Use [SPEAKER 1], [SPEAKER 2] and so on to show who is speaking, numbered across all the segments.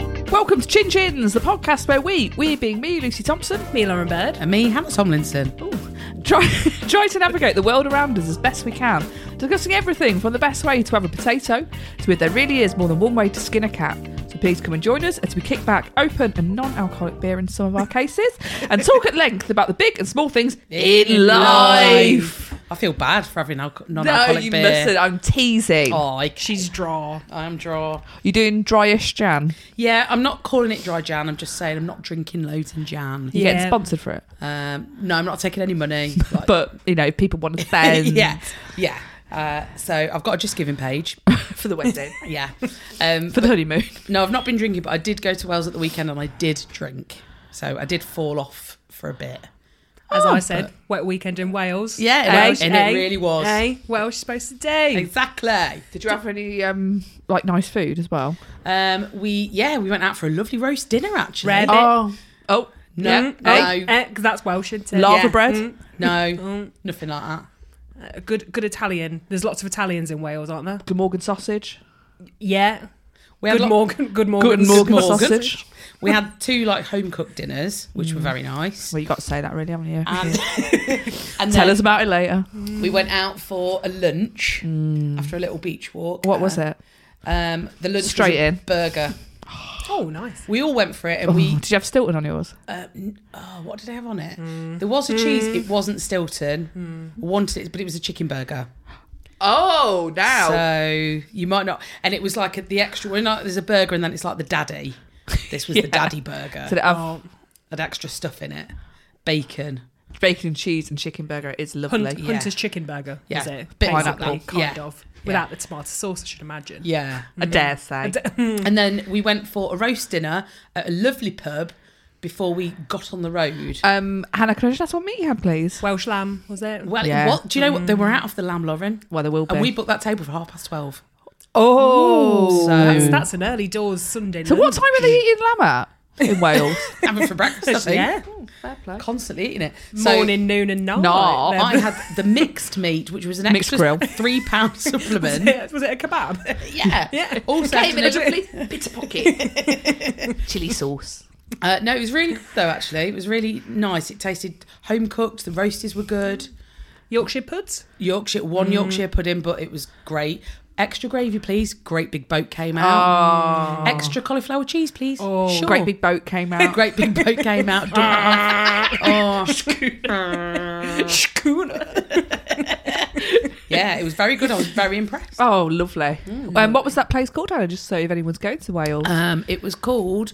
[SPEAKER 1] to Chin Chins, the podcast where we, we being me, Lucy Thompson,
[SPEAKER 2] Me, Lauren Bird.
[SPEAKER 3] And me, Hannah Tomlinson.
[SPEAKER 1] try, try to navigate the world around us as best we can, discussing everything from the best way to have a potato to if there really is more than one way to skin a cat. So please come and join us as we kick back open and non-alcoholic beer in some of our cases and talk at length about the big and small things in life.
[SPEAKER 3] I feel bad for having alco-
[SPEAKER 1] No,
[SPEAKER 3] non-alcoholic
[SPEAKER 1] you
[SPEAKER 3] beer.
[SPEAKER 1] mustn't. I'm teasing.
[SPEAKER 3] Oh, I,
[SPEAKER 2] She's draw.
[SPEAKER 3] I'm draw.
[SPEAKER 1] You're doing dryish Jan.
[SPEAKER 3] Yeah, I'm not calling it dry Jan. I'm just saying I'm not drinking loads in Jan.
[SPEAKER 1] You're getting
[SPEAKER 2] Yeah.
[SPEAKER 1] sponsored for it.
[SPEAKER 3] Um, no, I'm not taking any money. Like-
[SPEAKER 1] But, you know, people want a thousand
[SPEAKER 3] yeah, yeah. Uh, so I've got a just giving page.
[SPEAKER 1] for the wedding,
[SPEAKER 3] Yeah. Um,
[SPEAKER 1] for the honeymoon.
[SPEAKER 3] no, I've not been drinking, but I did go to Wales at the weekend and I did drink. So I did fall off for a bit.
[SPEAKER 2] As
[SPEAKER 1] Oh,
[SPEAKER 2] I said, wet weekend in Wales.
[SPEAKER 3] Yeah, it
[SPEAKER 2] Welsh,
[SPEAKER 3] was- and it
[SPEAKER 2] eh?
[SPEAKER 3] really was.
[SPEAKER 2] Eh? Welsh supposed to do.
[SPEAKER 3] Exactly.
[SPEAKER 1] Did you have any, um, like, nice food as well?
[SPEAKER 3] Um, we yeah, we went out for a lovely roast dinner actually.
[SPEAKER 2] Red.
[SPEAKER 1] Oh, oh,
[SPEAKER 3] No,
[SPEAKER 2] Mm,
[SPEAKER 3] no,
[SPEAKER 2] eh, eh, 'cause that's Welsh, isn't it?
[SPEAKER 1] lava
[SPEAKER 3] Yeah.
[SPEAKER 1] bread.
[SPEAKER 2] Mm,
[SPEAKER 3] no,
[SPEAKER 2] mm,
[SPEAKER 3] nothing like that.
[SPEAKER 2] uh, good, good Italian. There's lots of Italians in Wales, aren't there?
[SPEAKER 1] Glamorgan sausage.
[SPEAKER 2] Yeah.
[SPEAKER 3] We had,
[SPEAKER 2] good
[SPEAKER 3] lo-
[SPEAKER 2] Morgan. Good Morgan.
[SPEAKER 3] Good Morgan
[SPEAKER 1] Glamorgan
[SPEAKER 3] sausage.
[SPEAKER 1] sausage.
[SPEAKER 3] we had two like home cooked dinners, which
[SPEAKER 1] Mm.
[SPEAKER 3] were very nice.
[SPEAKER 1] Well, you got to say that, really, haven't you?
[SPEAKER 3] And, and
[SPEAKER 1] Tell
[SPEAKER 3] then
[SPEAKER 1] us about it later.
[SPEAKER 3] we went out for a lunch after a little beach walk.
[SPEAKER 1] Mm. What was it?
[SPEAKER 3] Um, the lunch
[SPEAKER 1] Straight
[SPEAKER 3] was a
[SPEAKER 1] in.
[SPEAKER 3] burger.
[SPEAKER 2] Oh, nice.
[SPEAKER 3] We all went for it, and
[SPEAKER 1] Oh,
[SPEAKER 3] we.
[SPEAKER 1] did you have Stilton on yours?
[SPEAKER 3] Uh, n- oh, what did I have on it?
[SPEAKER 1] Mm.
[SPEAKER 3] There was a cheese. It wasn't Stilton. I wanted it, but it was a chicken burger.
[SPEAKER 1] Oh, now.
[SPEAKER 3] So you might not. And it was like the extra. Well, not, there's a burger, and then it's like the daddy. This was the
[SPEAKER 1] Yeah.
[SPEAKER 3] daddy burger.
[SPEAKER 1] did it have
[SPEAKER 2] Oh,
[SPEAKER 3] had extra stuff in it, bacon.
[SPEAKER 1] bacon and cheese and chicken burger? It's lovely.
[SPEAKER 2] Hunt,
[SPEAKER 3] yeah.
[SPEAKER 2] Hunter's chicken burger.
[SPEAKER 3] Yeah.
[SPEAKER 2] Was it?
[SPEAKER 3] Bit like
[SPEAKER 2] Basically,
[SPEAKER 3] that.
[SPEAKER 2] kind
[SPEAKER 3] Yeah.
[SPEAKER 2] of. Without the tomato sauce, I should imagine.
[SPEAKER 3] Yeah.
[SPEAKER 1] I dare say. Hmm.
[SPEAKER 3] And then we went for a roast dinner at a lovely pub before we got on the road. Uh,
[SPEAKER 1] um, Hannah, can I just ask what meat you had, please?
[SPEAKER 2] Welsh lamb, was it?
[SPEAKER 3] well,
[SPEAKER 1] yeah. Hmm.
[SPEAKER 3] what do you know? What they were out of the lamb, Lauren,
[SPEAKER 1] Well, there will be.
[SPEAKER 3] and we booked that table for half past twelve.
[SPEAKER 1] oh,
[SPEAKER 3] Ooh.
[SPEAKER 2] That's,
[SPEAKER 3] So-
[SPEAKER 2] that's an early doors Sunday.
[SPEAKER 1] So what
[SPEAKER 2] lunch.
[SPEAKER 1] time are they eating lamb at in Wales?
[SPEAKER 3] Having for breakfast, I think.
[SPEAKER 2] Yeah.
[SPEAKER 1] Fair play.
[SPEAKER 3] Constantly eating it.
[SPEAKER 2] Morning, noon, and night.
[SPEAKER 1] Nah,
[SPEAKER 2] then.
[SPEAKER 3] I had the mixed meat, which was an
[SPEAKER 1] Mixed
[SPEAKER 3] extra
[SPEAKER 1] grill.
[SPEAKER 3] three pound supplement.
[SPEAKER 2] Yeah, was it a kebab?
[SPEAKER 3] yeah.
[SPEAKER 2] Yeah.
[SPEAKER 3] Also, had an-
[SPEAKER 1] bitter pocket. Chili sauce.
[SPEAKER 3] uh, no, it was really good though. Actually, it was really nice. It tasted home cooked. The roasties were good.
[SPEAKER 2] Yorkshire puds.
[SPEAKER 3] Yorkshire, one Yorkshire pudding, but it was great. Extra gravy, please. Great big boat came out.
[SPEAKER 1] Oh,
[SPEAKER 3] Extra cauliflower cheese, please.
[SPEAKER 2] Oh.
[SPEAKER 3] sure.
[SPEAKER 1] great big boat came out.
[SPEAKER 3] Great big boat came out. oh,
[SPEAKER 2] Schooner.
[SPEAKER 3] yeah, it was very good. I was very impressed.
[SPEAKER 1] Oh, lovely. Um, what was that place called, Anna? Just so if anyone's going to Wales.
[SPEAKER 3] Um, it was called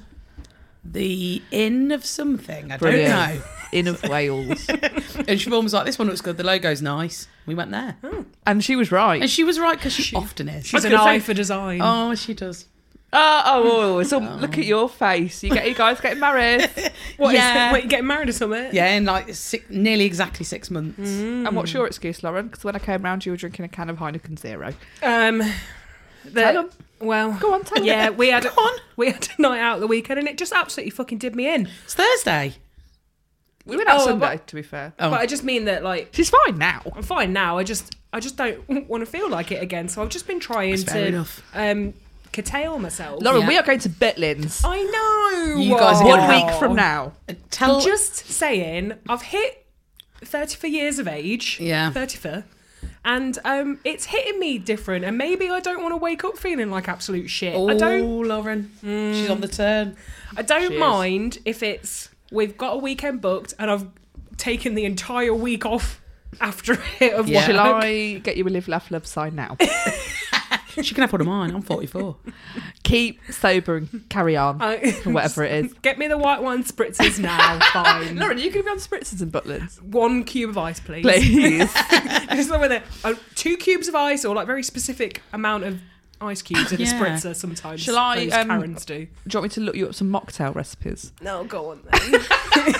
[SPEAKER 3] the Inn of something. I
[SPEAKER 1] Brilliant.
[SPEAKER 3] don't know.
[SPEAKER 1] Inn of Wales.
[SPEAKER 3] And Siobhan was like, "This one looks good. The logo's nice." We went there,
[SPEAKER 1] and she was right.
[SPEAKER 3] and she was right because she often is.
[SPEAKER 2] She's
[SPEAKER 1] I
[SPEAKER 2] an
[SPEAKER 1] was gonna
[SPEAKER 2] eye
[SPEAKER 1] say-
[SPEAKER 2] for design.
[SPEAKER 3] Oh, she does.
[SPEAKER 1] oh, oh, oh, so look at your face. You get you guys getting married.
[SPEAKER 2] What is
[SPEAKER 3] yeah.
[SPEAKER 2] it? Wait, you getting married or something?
[SPEAKER 3] Yeah, in like six, nearly exactly six months.
[SPEAKER 1] And what's your excuse, Lauren? Because when I came round, you were drinking a can of Heineken Zero.
[SPEAKER 2] Um. The,
[SPEAKER 1] Tell 'em.
[SPEAKER 2] Well.
[SPEAKER 1] Go on, tell
[SPEAKER 2] Yeah,
[SPEAKER 1] them.
[SPEAKER 2] we had
[SPEAKER 3] Go on.
[SPEAKER 2] we had a night out the weekend, and it just absolutely fucking did me in.
[SPEAKER 3] It's Thursday.
[SPEAKER 1] We went out
[SPEAKER 2] Oh,
[SPEAKER 1] Sunday, to be fair.
[SPEAKER 3] Oh.
[SPEAKER 2] But I just mean that, like,
[SPEAKER 1] She's fine now.
[SPEAKER 2] I'm fine now. I just I just don't want to feel like it again. So I've just been trying
[SPEAKER 3] That's
[SPEAKER 2] to
[SPEAKER 3] fair enough.
[SPEAKER 2] um curtail myself.
[SPEAKER 1] Lauren,
[SPEAKER 3] Yeah.
[SPEAKER 1] we are going to Bitlin's
[SPEAKER 2] I know.
[SPEAKER 3] You guys are
[SPEAKER 1] one
[SPEAKER 3] gonna
[SPEAKER 1] week from now.
[SPEAKER 3] Uh, Tell
[SPEAKER 2] I'm just saying, I've hit 34 years of age.
[SPEAKER 3] Yeah.
[SPEAKER 2] 34. And um, it's hitting me different. And maybe I don't want to wake up feeling like absolute shit.
[SPEAKER 3] Oh,
[SPEAKER 2] I don't. Hmm.
[SPEAKER 3] Lauren. She's on the turn.
[SPEAKER 2] I don't
[SPEAKER 1] Cheers.
[SPEAKER 2] mind if it's we've got a weekend booked and I've taken the entire week off after it of
[SPEAKER 3] Yeah.
[SPEAKER 2] work.
[SPEAKER 1] Shall I get you a live, laugh, love sign now?
[SPEAKER 3] She can have one of mine. I'm 44.
[SPEAKER 1] Keep sober and carry on,
[SPEAKER 2] I-
[SPEAKER 1] or whatever it is.
[SPEAKER 2] Get me the white wine spritzers now. Fine.
[SPEAKER 1] Lauren, are you going to be on spritzers and Butlins?
[SPEAKER 2] One cube of ice, please.
[SPEAKER 1] Please.
[SPEAKER 2] Just like whether uh, two cubes of ice or like very specific amount of ice cubes in
[SPEAKER 3] Yeah.
[SPEAKER 2] a spritzer sometimes.
[SPEAKER 1] Shall I,
[SPEAKER 2] Those
[SPEAKER 1] um,
[SPEAKER 2] Karens do.
[SPEAKER 1] Do you want me to look you up some mocktail recipes?
[SPEAKER 2] No, go on then.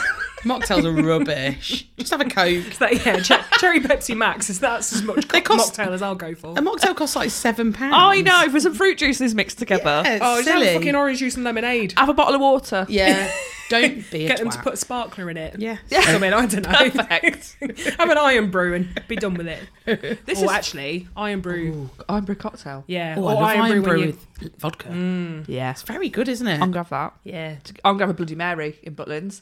[SPEAKER 3] Mocktails are rubbish. Just have a Coke.
[SPEAKER 2] yeah, che- cherry Pepsi Max. Is that's as much co-
[SPEAKER 3] They cost-
[SPEAKER 2] mocktail as I'll go for.
[SPEAKER 3] A mocktail costs like £7.
[SPEAKER 1] I know, for some fruit juices mixed together.
[SPEAKER 3] Yeah,
[SPEAKER 2] oh,
[SPEAKER 3] silly.
[SPEAKER 2] is that fucking orange juice and lemonade?
[SPEAKER 1] Have a bottle of water.
[SPEAKER 3] yeah. Don't be a
[SPEAKER 2] Get them to
[SPEAKER 3] twat.
[SPEAKER 2] put a sparkler in it.
[SPEAKER 3] Yes.
[SPEAKER 2] Yeah. I mean, I don't know.
[SPEAKER 1] Perfect.
[SPEAKER 2] Have an iron brew and be done with it.
[SPEAKER 1] This
[SPEAKER 2] or
[SPEAKER 1] is
[SPEAKER 2] actually, iron brew.
[SPEAKER 1] Ooh, I'm a cocktail.
[SPEAKER 2] Yeah.
[SPEAKER 3] Oh, I
[SPEAKER 2] or
[SPEAKER 3] love iron, brew,
[SPEAKER 2] when you-
[SPEAKER 3] with vodka.
[SPEAKER 1] Yeah,
[SPEAKER 3] It's very good, isn't it?
[SPEAKER 1] I'm gonna have that.
[SPEAKER 2] Yeah.
[SPEAKER 1] I'm gonna have a bloody Mary in Butlins.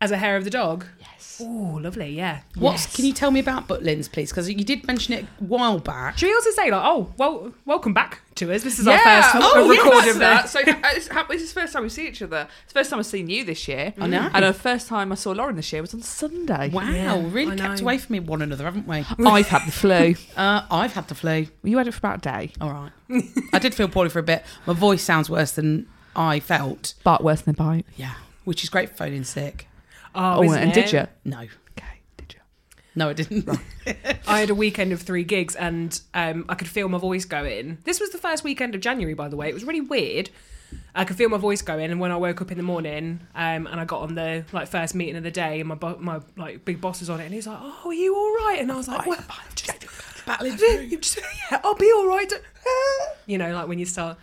[SPEAKER 2] As a hair of the dog.
[SPEAKER 1] Yes.
[SPEAKER 2] Oh, lovely. Yeah.
[SPEAKER 3] What's
[SPEAKER 1] Yes.
[SPEAKER 3] can you tell me about Butlins, please? Because you did mention it a while back.
[SPEAKER 2] Should we also say like, oh, well, welcome back to us. This is our
[SPEAKER 1] Yeah,
[SPEAKER 2] first
[SPEAKER 1] oh, yeah,
[SPEAKER 2] recording
[SPEAKER 1] that's
[SPEAKER 2] that.
[SPEAKER 1] that. So uh, it's, ha- this is the first time we see each other. It's the first time I've seen you this year.
[SPEAKER 3] I know.
[SPEAKER 1] And the first time I saw Lauren this year was on Sunday.
[SPEAKER 3] Wow,
[SPEAKER 2] Yeah, I
[SPEAKER 3] really kept
[SPEAKER 2] know.
[SPEAKER 3] away from me one another, haven't we?
[SPEAKER 1] I've had the flu.
[SPEAKER 3] Uh, I've had the flu.
[SPEAKER 1] You had it for about a day,
[SPEAKER 3] All right. I did feel poorly for a bit. My voice sounds worse than I felt.
[SPEAKER 1] but worse than a bite.
[SPEAKER 3] Yeah, which is great for phoning sick.
[SPEAKER 2] Oh,
[SPEAKER 1] Oh,
[SPEAKER 2] isn't
[SPEAKER 1] and did
[SPEAKER 2] it?
[SPEAKER 1] you?
[SPEAKER 3] No,
[SPEAKER 1] Okay, did you?
[SPEAKER 3] no, it didn't.
[SPEAKER 2] I had a weekend of three gigs and um, I could feel my voice going. This was the first weekend of January, by the way. It was really weird. I could feel my voice going, and when I woke up in the morning, um, and I got on the like first meeting of the day, and my bo- my like big boss was on it, and he's like, "Oh, are you all right?" And I was like, "Well, I'm just battling through. yeah, I'll be all right." You know, like when you start,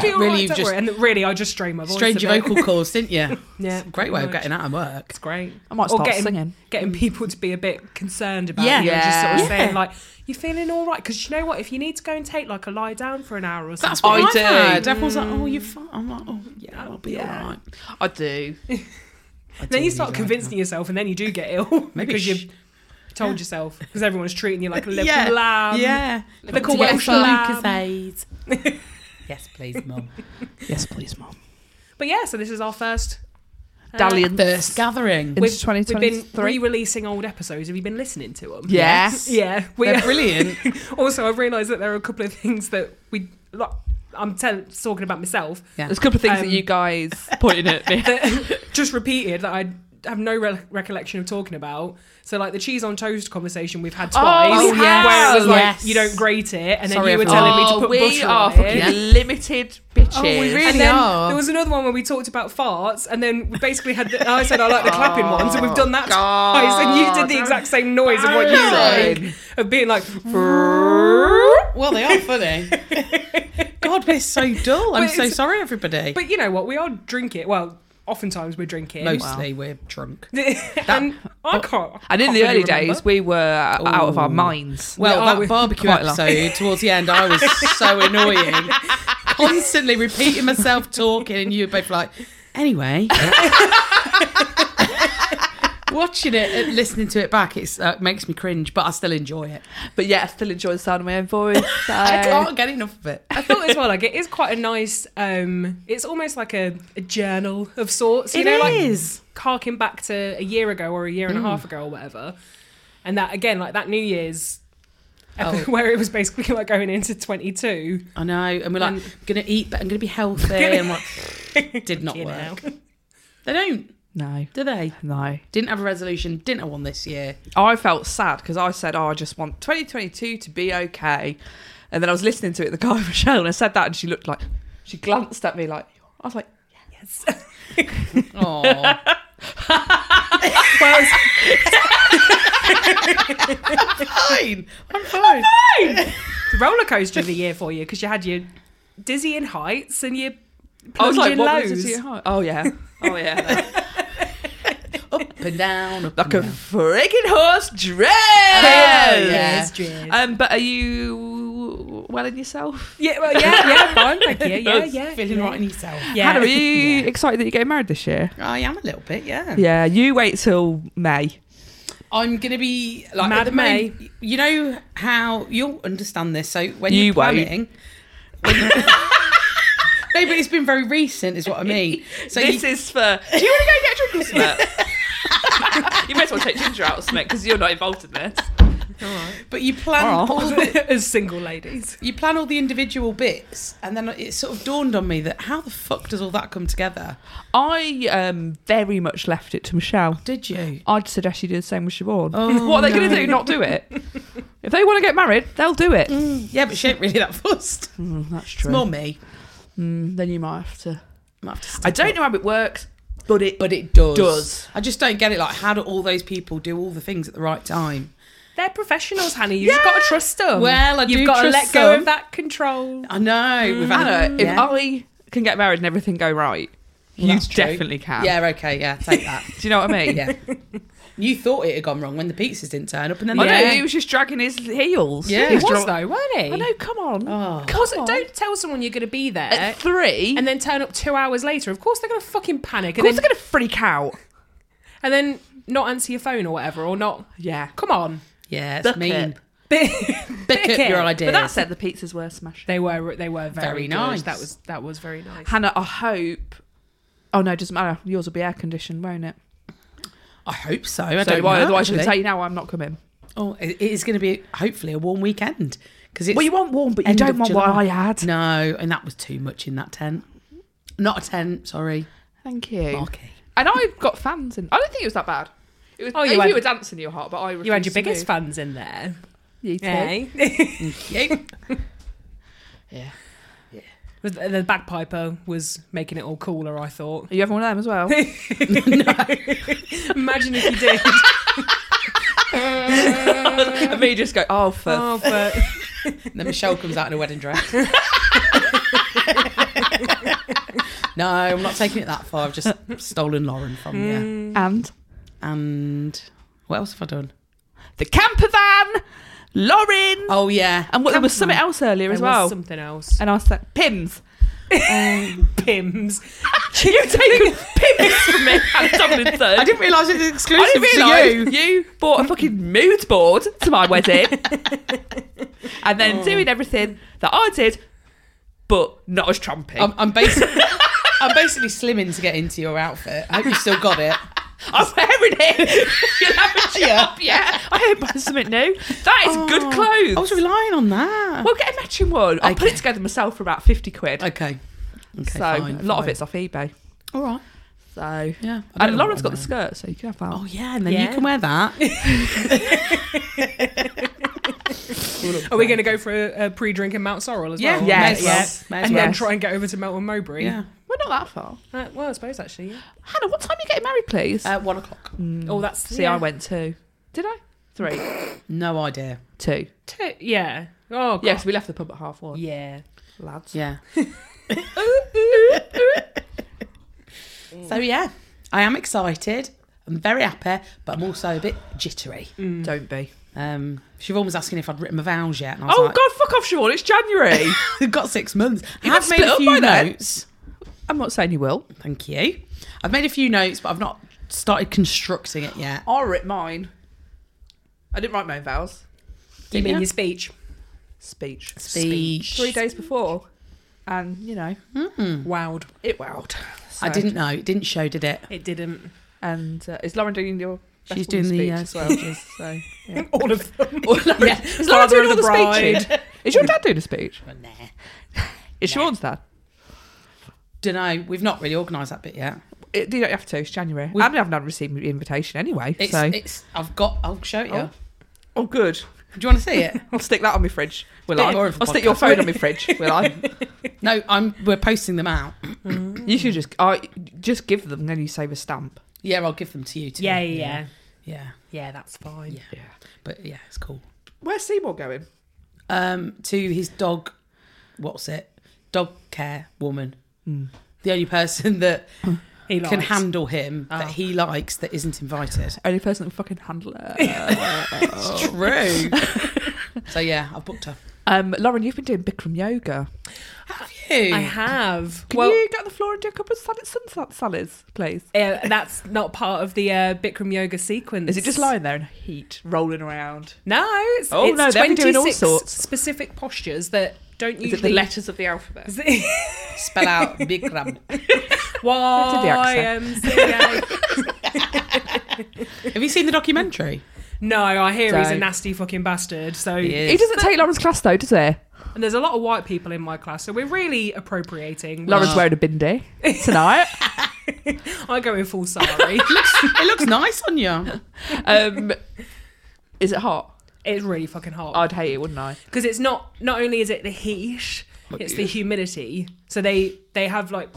[SPEAKER 2] be all
[SPEAKER 3] Really,
[SPEAKER 2] right,
[SPEAKER 3] you've
[SPEAKER 2] don't
[SPEAKER 3] just-
[SPEAKER 2] worry. And really, I just strained my voice.
[SPEAKER 3] Strange
[SPEAKER 2] a bit.
[SPEAKER 3] vocal cords, didn't you?
[SPEAKER 2] Yeah,
[SPEAKER 3] Great way of
[SPEAKER 2] pretty
[SPEAKER 3] getting out of work.
[SPEAKER 2] It's great.
[SPEAKER 1] I might
[SPEAKER 2] Or
[SPEAKER 1] start
[SPEAKER 2] getting-
[SPEAKER 1] singing.
[SPEAKER 2] getting people to be a bit concerned about
[SPEAKER 3] Mm. Yeah.
[SPEAKER 2] you and just sort of
[SPEAKER 1] Yeah.
[SPEAKER 2] saying like you feeling all right because you know what if you need to go and take like a lie down for an hour or
[SPEAKER 3] That's
[SPEAKER 2] something
[SPEAKER 3] what I,
[SPEAKER 1] I do.
[SPEAKER 3] had. Everyone's like, "Oh, you're fine." I'm like, "Oh, yeah, I'll be
[SPEAKER 2] Yeah.
[SPEAKER 3] all right."
[SPEAKER 1] I do.
[SPEAKER 3] I
[SPEAKER 2] then
[SPEAKER 3] do
[SPEAKER 2] you
[SPEAKER 3] need
[SPEAKER 2] start
[SPEAKER 3] that.
[SPEAKER 2] convincing yourself and then you do get ill
[SPEAKER 3] Maybe
[SPEAKER 2] because
[SPEAKER 3] sh-
[SPEAKER 2] you've told yourself because everyone's treating you like a little
[SPEAKER 3] Yeah.
[SPEAKER 2] lamb
[SPEAKER 3] yeah,
[SPEAKER 2] little
[SPEAKER 1] Yeah,
[SPEAKER 2] Welsh
[SPEAKER 1] for
[SPEAKER 2] lamb
[SPEAKER 3] aids. yes, please, mum.
[SPEAKER 1] Yes, please, mum.
[SPEAKER 2] but yeah so this is our first uh,
[SPEAKER 1] Dalliance.
[SPEAKER 3] First gathering.
[SPEAKER 1] Into
[SPEAKER 2] we've, we've been
[SPEAKER 1] 2023.
[SPEAKER 2] re-releasing old episodes have you been listening to them
[SPEAKER 1] Yes.
[SPEAKER 2] yeah we
[SPEAKER 3] They're brilliant.
[SPEAKER 2] also i've realized that there are a couple of things that we like, i'm tell- talking about myself
[SPEAKER 1] There's a couple of things
[SPEAKER 2] Um,
[SPEAKER 1] that you guys pointed at me.
[SPEAKER 2] that just repeated that I have no re- recollection of talking about. So like the cheese on toast conversation we've had twice,
[SPEAKER 1] Oh,
[SPEAKER 2] where
[SPEAKER 1] yes.
[SPEAKER 2] it was like
[SPEAKER 3] Yes.
[SPEAKER 2] you don't grate it, and then
[SPEAKER 3] Sorry,
[SPEAKER 2] you were
[SPEAKER 3] everyone.
[SPEAKER 2] telling me to
[SPEAKER 1] Oh,
[SPEAKER 2] put
[SPEAKER 1] we
[SPEAKER 2] butter
[SPEAKER 1] are
[SPEAKER 2] on it.
[SPEAKER 1] fucking limited bitches.
[SPEAKER 3] Oh, we really
[SPEAKER 2] And then
[SPEAKER 3] are.
[SPEAKER 2] there was another one where we talked about farts, and then we basically had. The, I said I like the clapping ones, and we've done that
[SPEAKER 1] God.
[SPEAKER 2] twice. And you did the exact same noise of what you
[SPEAKER 1] Barren.
[SPEAKER 2] like of being like.
[SPEAKER 3] Well, they are funny. God, we're so dull. I'm
[SPEAKER 2] But
[SPEAKER 3] so
[SPEAKER 2] it's-
[SPEAKER 3] sorry, everybody.
[SPEAKER 2] But you know what? We are drinking. Well, oftentimes we're drinking.
[SPEAKER 3] Mostly, we're drunk.
[SPEAKER 2] and I can't. I
[SPEAKER 1] And in
[SPEAKER 2] can't
[SPEAKER 1] the
[SPEAKER 2] really
[SPEAKER 1] early
[SPEAKER 2] remember.
[SPEAKER 1] days, we were out of our minds.
[SPEAKER 3] Well,
[SPEAKER 2] Yeah,
[SPEAKER 3] that
[SPEAKER 2] we-
[SPEAKER 3] barbecue
[SPEAKER 1] quite a lot.
[SPEAKER 3] episode towards the end, I was so annoying, constantly repeating myself talking, and you were both like, "Anyway." Watching it, and listening to it back, it uh, makes me cringe, but I still enjoy it.
[SPEAKER 1] But yeah, I still enjoy the sound of my own voice. So.
[SPEAKER 3] I can't get enough of it.
[SPEAKER 2] I thought as well, like it is quite a nice. um It's almost like a, a journal of sorts. You
[SPEAKER 3] It
[SPEAKER 2] know,
[SPEAKER 3] is. Mm.
[SPEAKER 2] like harking back to a year ago or a year and a half ago or whatever. And that again, like that New Year's, epi-
[SPEAKER 3] Oh.
[SPEAKER 2] where it was basically like going into twenty two.
[SPEAKER 3] I know, and we're like,
[SPEAKER 2] And-
[SPEAKER 3] I'm gonna eat, but I'm gonna be healthy, and what did not
[SPEAKER 2] You
[SPEAKER 3] work.
[SPEAKER 2] know.
[SPEAKER 3] They don't,
[SPEAKER 1] No,
[SPEAKER 3] do they?
[SPEAKER 1] no.
[SPEAKER 3] Didn't have a resolution. Didn't have one this year.
[SPEAKER 1] I felt sad because I said, oh, I just want 2022 to be okay. And then I was listening to it, the guy Michelle, and I said that, and she looked like, she glanced at me like, I was like,
[SPEAKER 2] Yes.
[SPEAKER 3] Oh,
[SPEAKER 2] well, it's-
[SPEAKER 3] fine. I'm fine.
[SPEAKER 2] the roller coaster of the year for you because you had your dizzying heights and your
[SPEAKER 1] I was like,
[SPEAKER 2] plunging
[SPEAKER 1] what was it
[SPEAKER 2] lows.
[SPEAKER 1] to your heart? Oh, yeah. Oh, yeah.
[SPEAKER 3] Up and down. Up
[SPEAKER 1] like
[SPEAKER 3] and
[SPEAKER 1] a
[SPEAKER 3] down.
[SPEAKER 1] freaking horse dress.
[SPEAKER 3] yeah.
[SPEAKER 2] Yes,
[SPEAKER 1] Oh, Um, but are you well in yourself?
[SPEAKER 2] Yeah, well, yeah, yeah, fine, thank you. Yeah, yeah,
[SPEAKER 3] feeling
[SPEAKER 2] yeah.
[SPEAKER 3] right in yourself.
[SPEAKER 2] Yeah.
[SPEAKER 1] Hannah, are you
[SPEAKER 3] Yeah.
[SPEAKER 1] excited that you're getting married this year?
[SPEAKER 3] I am a little bit, yeah.
[SPEAKER 1] Yeah, you wait till May.
[SPEAKER 3] I'm gonna be like
[SPEAKER 2] Mad
[SPEAKER 3] at the
[SPEAKER 2] May.
[SPEAKER 3] moment- You know how you'll understand this. So when
[SPEAKER 1] You
[SPEAKER 3] you are
[SPEAKER 1] won't.
[SPEAKER 3] planning, no, but it's been very recent, is what I mean. So
[SPEAKER 1] this
[SPEAKER 3] you,
[SPEAKER 1] is for. Do you want to go and get a drink or something? you may as well take Ginger out, Smith, because you're not involved in this.
[SPEAKER 3] but you plan
[SPEAKER 1] Alright.
[SPEAKER 3] all the,
[SPEAKER 2] as single ladies.
[SPEAKER 3] you plan all the individual bits, and then it sort of dawned on me that how the fuck does all that come together?
[SPEAKER 1] I um, very much left it to Michelle.
[SPEAKER 3] Did you?
[SPEAKER 1] I'd suggest you do the same with Siobhan.
[SPEAKER 3] Oh,
[SPEAKER 1] what are they going
[SPEAKER 3] no.
[SPEAKER 1] to do? Not do it? If they want to get married, they'll do it.
[SPEAKER 3] Yeah, but she ain't really that fussed.
[SPEAKER 1] Mm, that's
[SPEAKER 3] It's
[SPEAKER 1] true.
[SPEAKER 3] more me.
[SPEAKER 1] Mm, then you might have to.
[SPEAKER 3] Might have to
[SPEAKER 1] I
[SPEAKER 3] step
[SPEAKER 1] don't
[SPEAKER 3] up.
[SPEAKER 1] know how it works, but it.
[SPEAKER 3] but it does.
[SPEAKER 1] Does.
[SPEAKER 3] I just don't get it. Like, how do all those people do all the things at the right time?
[SPEAKER 2] They're professionals, Hannah. You've just got to trust them.
[SPEAKER 3] Well, I
[SPEAKER 2] You've
[SPEAKER 3] do
[SPEAKER 2] got to
[SPEAKER 3] trust
[SPEAKER 2] let go
[SPEAKER 3] some.
[SPEAKER 2] of that control.
[SPEAKER 1] Mm.
[SPEAKER 3] I know. We've had
[SPEAKER 1] Hannah, if
[SPEAKER 3] Yeah.
[SPEAKER 1] I can get married and everything go right,
[SPEAKER 3] Well,
[SPEAKER 1] you
[SPEAKER 3] that's true.
[SPEAKER 1] definitely can.
[SPEAKER 3] Yeah, okay, yeah, take that.
[SPEAKER 1] Do you know what I mean?
[SPEAKER 3] yeah. You thought it had gone wrong when the pizzas didn't turn up, and then
[SPEAKER 1] I
[SPEAKER 3] they
[SPEAKER 1] know
[SPEAKER 2] Yeah.
[SPEAKER 1] he was just dragging his heels.
[SPEAKER 3] Yeah.
[SPEAKER 2] He
[SPEAKER 1] He's
[SPEAKER 2] was
[SPEAKER 1] dra-
[SPEAKER 2] though, weren't he?
[SPEAKER 1] I know. Come on.
[SPEAKER 3] Oh.
[SPEAKER 1] Come
[SPEAKER 2] Cause
[SPEAKER 1] on.
[SPEAKER 2] don't tell someone you're going to be there
[SPEAKER 3] Uh,
[SPEAKER 1] At three.
[SPEAKER 2] and
[SPEAKER 1] And
[SPEAKER 2] then turn up two hours later. Of course they're going to fucking panic
[SPEAKER 1] of
[SPEAKER 2] and
[SPEAKER 1] course
[SPEAKER 2] then,
[SPEAKER 1] they're gonna freak out.
[SPEAKER 2] and then not answer your phone or whatever or not.
[SPEAKER 1] Yeah.
[SPEAKER 2] Come on.
[SPEAKER 3] Yeah, it's
[SPEAKER 1] Bucket.
[SPEAKER 3] mean.
[SPEAKER 2] Bit-
[SPEAKER 3] Pick up
[SPEAKER 2] Bucket.
[SPEAKER 3] your
[SPEAKER 1] But
[SPEAKER 3] ideas.
[SPEAKER 1] that said, the pizzas were smashing.
[SPEAKER 2] They were they were very,
[SPEAKER 3] Very
[SPEAKER 2] good.
[SPEAKER 3] nice.
[SPEAKER 2] That was that was very nice.
[SPEAKER 1] Hannah, I hope. Oh no, it doesn't matter. Yours will be air conditioned, won't it?
[SPEAKER 3] I hope so. I
[SPEAKER 1] so
[SPEAKER 3] don't
[SPEAKER 1] why-
[SPEAKER 3] know.
[SPEAKER 1] otherwise, I
[SPEAKER 3] actually.
[SPEAKER 1] can tell you now, I'm not coming.
[SPEAKER 3] Oh, it it is going to be hopefully a warm weekend because it's
[SPEAKER 1] Well, you want warm, but you
[SPEAKER 3] end
[SPEAKER 1] don't
[SPEAKER 3] of
[SPEAKER 1] want what
[SPEAKER 3] July.
[SPEAKER 1] I had.
[SPEAKER 3] no, and that was too much in that tent. Not a tent, sorry.
[SPEAKER 1] Thank you.
[SPEAKER 3] Marquee.
[SPEAKER 1] And I've got fans, and I don't think it was that bad. It was,
[SPEAKER 2] Oh,
[SPEAKER 1] oh,
[SPEAKER 2] you
[SPEAKER 1] you,
[SPEAKER 2] had-
[SPEAKER 1] were dancing your heart, but I
[SPEAKER 2] You had your
[SPEAKER 1] refused to
[SPEAKER 2] biggest
[SPEAKER 1] move.
[SPEAKER 2] fans in there.
[SPEAKER 1] You too.
[SPEAKER 2] Yeah.
[SPEAKER 3] Yep.
[SPEAKER 1] Yeah.
[SPEAKER 2] the, the bagpiper was making it all cooler, I thought.
[SPEAKER 1] Are you having one of them as well?
[SPEAKER 2] Imagine if you did.
[SPEAKER 1] and me just go, oh, for
[SPEAKER 2] oh, but
[SPEAKER 3] then Michelle comes out in a wedding dress. no, I'm not taking it that far. I've just stolen Lauren from you.
[SPEAKER 1] f- and
[SPEAKER 3] And what else have I done?
[SPEAKER 1] the camper van, Lauren,
[SPEAKER 3] Oh yeah,
[SPEAKER 1] and what there was
[SPEAKER 2] camper
[SPEAKER 1] something
[SPEAKER 2] van.
[SPEAKER 1] else earlier
[SPEAKER 2] there
[SPEAKER 1] as well.
[SPEAKER 2] was something else.
[SPEAKER 1] and I was like, pins.
[SPEAKER 2] Pims.
[SPEAKER 1] you taking pins from me, Hannah Tomlinson.
[SPEAKER 3] I didn't realise it was exclusive
[SPEAKER 1] realise
[SPEAKER 3] to you.
[SPEAKER 1] bought a fucking mood board to my wedding, and
[SPEAKER 2] Oh.
[SPEAKER 1] then doing everything that I did, but not as trumpy.
[SPEAKER 3] I'm, I'm basically, I'm basically slimming to get into your outfit. I hope you have still got it.
[SPEAKER 1] I'm wearing it. You'll have a job, yeah. I hope I have something new. That is good clothes.
[SPEAKER 3] Oh. I was relying on that.
[SPEAKER 1] We'll get a matching one. I will put
[SPEAKER 3] Okay.
[SPEAKER 1] it together myself for about fifty quid.
[SPEAKER 3] okay. Okay.
[SPEAKER 1] so
[SPEAKER 3] fine,
[SPEAKER 1] a lot of
[SPEAKER 3] fine.
[SPEAKER 1] it's off eBay.
[SPEAKER 3] all right.
[SPEAKER 1] So
[SPEAKER 3] Yeah. I don't
[SPEAKER 1] and
[SPEAKER 3] know
[SPEAKER 1] Lauren's
[SPEAKER 3] what
[SPEAKER 1] got the
[SPEAKER 3] I'm
[SPEAKER 1] skirt, so you can have that.
[SPEAKER 3] wearing. Oh yeah, and then
[SPEAKER 2] Yeah.
[SPEAKER 3] you can wear that.
[SPEAKER 2] Are we going to go for a, a pre-drink in Mount Sorrel as
[SPEAKER 3] Yeah.
[SPEAKER 2] well?
[SPEAKER 1] Yes.
[SPEAKER 2] Yeah.
[SPEAKER 1] Yes.
[SPEAKER 3] May
[SPEAKER 2] And
[SPEAKER 3] as well.
[SPEAKER 2] then try and get over to Melton Mowbray.
[SPEAKER 3] Yeah.
[SPEAKER 1] We're not that far.
[SPEAKER 2] Uh, well, I suppose actually. Yeah.
[SPEAKER 1] Hannah, what time are you getting married, please? Mm.
[SPEAKER 3] At one o'clock.
[SPEAKER 2] Oh, that's
[SPEAKER 1] See,
[SPEAKER 2] yeah.
[SPEAKER 1] I went two. Did I? Three,
[SPEAKER 3] No idea.
[SPEAKER 1] two.
[SPEAKER 2] T- yeah. Oh, God.
[SPEAKER 1] Yes, we left the pub at half one.
[SPEAKER 2] Yeah.
[SPEAKER 1] lads.
[SPEAKER 3] Yeah. so yeah, I am excited. I'm very happy, but I'm also a bit jittery.
[SPEAKER 1] Don't be.
[SPEAKER 3] Um, Siobhan was asking if I'd written my vows yet, and I was
[SPEAKER 1] Oh
[SPEAKER 3] like,
[SPEAKER 1] God, fuck off, Siobhan. It's January.
[SPEAKER 3] I've got six months. I
[SPEAKER 1] You
[SPEAKER 3] have
[SPEAKER 1] got
[SPEAKER 3] made
[SPEAKER 1] split
[SPEAKER 3] a
[SPEAKER 1] up
[SPEAKER 3] few
[SPEAKER 1] by then.
[SPEAKER 3] notes.
[SPEAKER 1] I'm not saying you will.
[SPEAKER 3] Thank you. I've made a few notes, but I've not started constructing it yet.
[SPEAKER 1] I wrote mine. I didn't write my own vows.
[SPEAKER 2] You mean
[SPEAKER 3] Yeah.
[SPEAKER 2] your speech?
[SPEAKER 1] Speech.
[SPEAKER 3] Speech.
[SPEAKER 1] Three days before, and you know Mm.
[SPEAKER 2] Wowed.
[SPEAKER 1] it wowed.
[SPEAKER 3] I didn't know. It didn't show, did it?
[SPEAKER 2] It didn't.
[SPEAKER 1] And uh, is Lauren doing your? best
[SPEAKER 3] She's
[SPEAKER 1] woman
[SPEAKER 3] doing the,
[SPEAKER 1] speech
[SPEAKER 3] uh,
[SPEAKER 1] as well. just so, yeah.
[SPEAKER 2] All of them.
[SPEAKER 1] Or Lauren,
[SPEAKER 3] Yeah.
[SPEAKER 1] Is Lauren
[SPEAKER 2] Father
[SPEAKER 1] doing
[SPEAKER 2] of
[SPEAKER 1] all
[SPEAKER 2] the
[SPEAKER 1] the,
[SPEAKER 2] bride.
[SPEAKER 1] speeches? Is your dad doing a speech?
[SPEAKER 3] Nah.
[SPEAKER 1] Is Siobhan's dad?
[SPEAKER 3] Don't know. We've not really organised that bit yet.
[SPEAKER 1] It, you don't have to. It's January.
[SPEAKER 3] We-
[SPEAKER 1] I haven't had received the invitation anyway.
[SPEAKER 3] It's,
[SPEAKER 1] so
[SPEAKER 3] it's. I've got. I'll show you.
[SPEAKER 1] Oh. oh, good.
[SPEAKER 3] Do you want to see it?
[SPEAKER 1] I'll stick that on my fridge. Will
[SPEAKER 3] Bit
[SPEAKER 1] I?
[SPEAKER 3] boring for
[SPEAKER 1] I'll stick your
[SPEAKER 3] podcast.
[SPEAKER 1] phone on my fridge. Will I?
[SPEAKER 3] no, I'm. We're posting them out.
[SPEAKER 1] You should just I just give them, then you save a stamp.
[SPEAKER 3] Yeah, I'll give them to you too.
[SPEAKER 2] Yeah, yeah, yeah.
[SPEAKER 3] yeah.
[SPEAKER 2] Yeah, that's fine.
[SPEAKER 3] Yeah. But yeah, it's cool.
[SPEAKER 1] Where's Seymour going?
[SPEAKER 3] Um, to his dog. What's it? Dog care woman.
[SPEAKER 1] Hmm.
[SPEAKER 3] The only person that
[SPEAKER 2] He
[SPEAKER 3] can
[SPEAKER 2] likes.
[SPEAKER 3] handle him
[SPEAKER 2] Oh.
[SPEAKER 3] that he likes that isn't invited.
[SPEAKER 1] Only person that can fucking handle it.
[SPEAKER 2] Oh.
[SPEAKER 1] Oh.
[SPEAKER 3] It's true. so yeah, I've booked her.
[SPEAKER 1] um, Lauren, you've been doing Bikram yoga.
[SPEAKER 3] You.
[SPEAKER 2] I have.
[SPEAKER 1] Can
[SPEAKER 2] well,
[SPEAKER 1] you get on the floor and do a couple of salad, sunset salads, please?
[SPEAKER 2] uh, that's not part of the uh, Bikram yoga sequence.
[SPEAKER 1] Is it just lying there in heat, rolling around?
[SPEAKER 2] No. It's,
[SPEAKER 1] Oh,
[SPEAKER 2] it's
[SPEAKER 1] no, they'll be
[SPEAKER 2] 26
[SPEAKER 1] doing all sorts.
[SPEAKER 2] specific postures that don't
[SPEAKER 1] Is
[SPEAKER 2] usually.
[SPEAKER 1] it the letters of the alphabet?
[SPEAKER 3] Spell out Bikram.
[SPEAKER 1] did the
[SPEAKER 2] Why?
[SPEAKER 3] Have you seen the documentary?
[SPEAKER 2] no, I hear he's a
[SPEAKER 1] Don't.
[SPEAKER 2] nasty fucking bastard. So
[SPEAKER 3] He is.
[SPEAKER 1] He doesn't take Lauren's class though, does he?
[SPEAKER 2] And there's a lot of white people in my class, so we're really appropriating.
[SPEAKER 1] Lauren's wearing a bindi tonight.
[SPEAKER 2] I go in full sorry.
[SPEAKER 3] It looks nice on you.
[SPEAKER 1] um, is it hot?
[SPEAKER 2] it's really fucking hot
[SPEAKER 1] I'd hate it, wouldn't I?
[SPEAKER 2] because it's not. Not only is it the heat, it's the humidity. So they they have like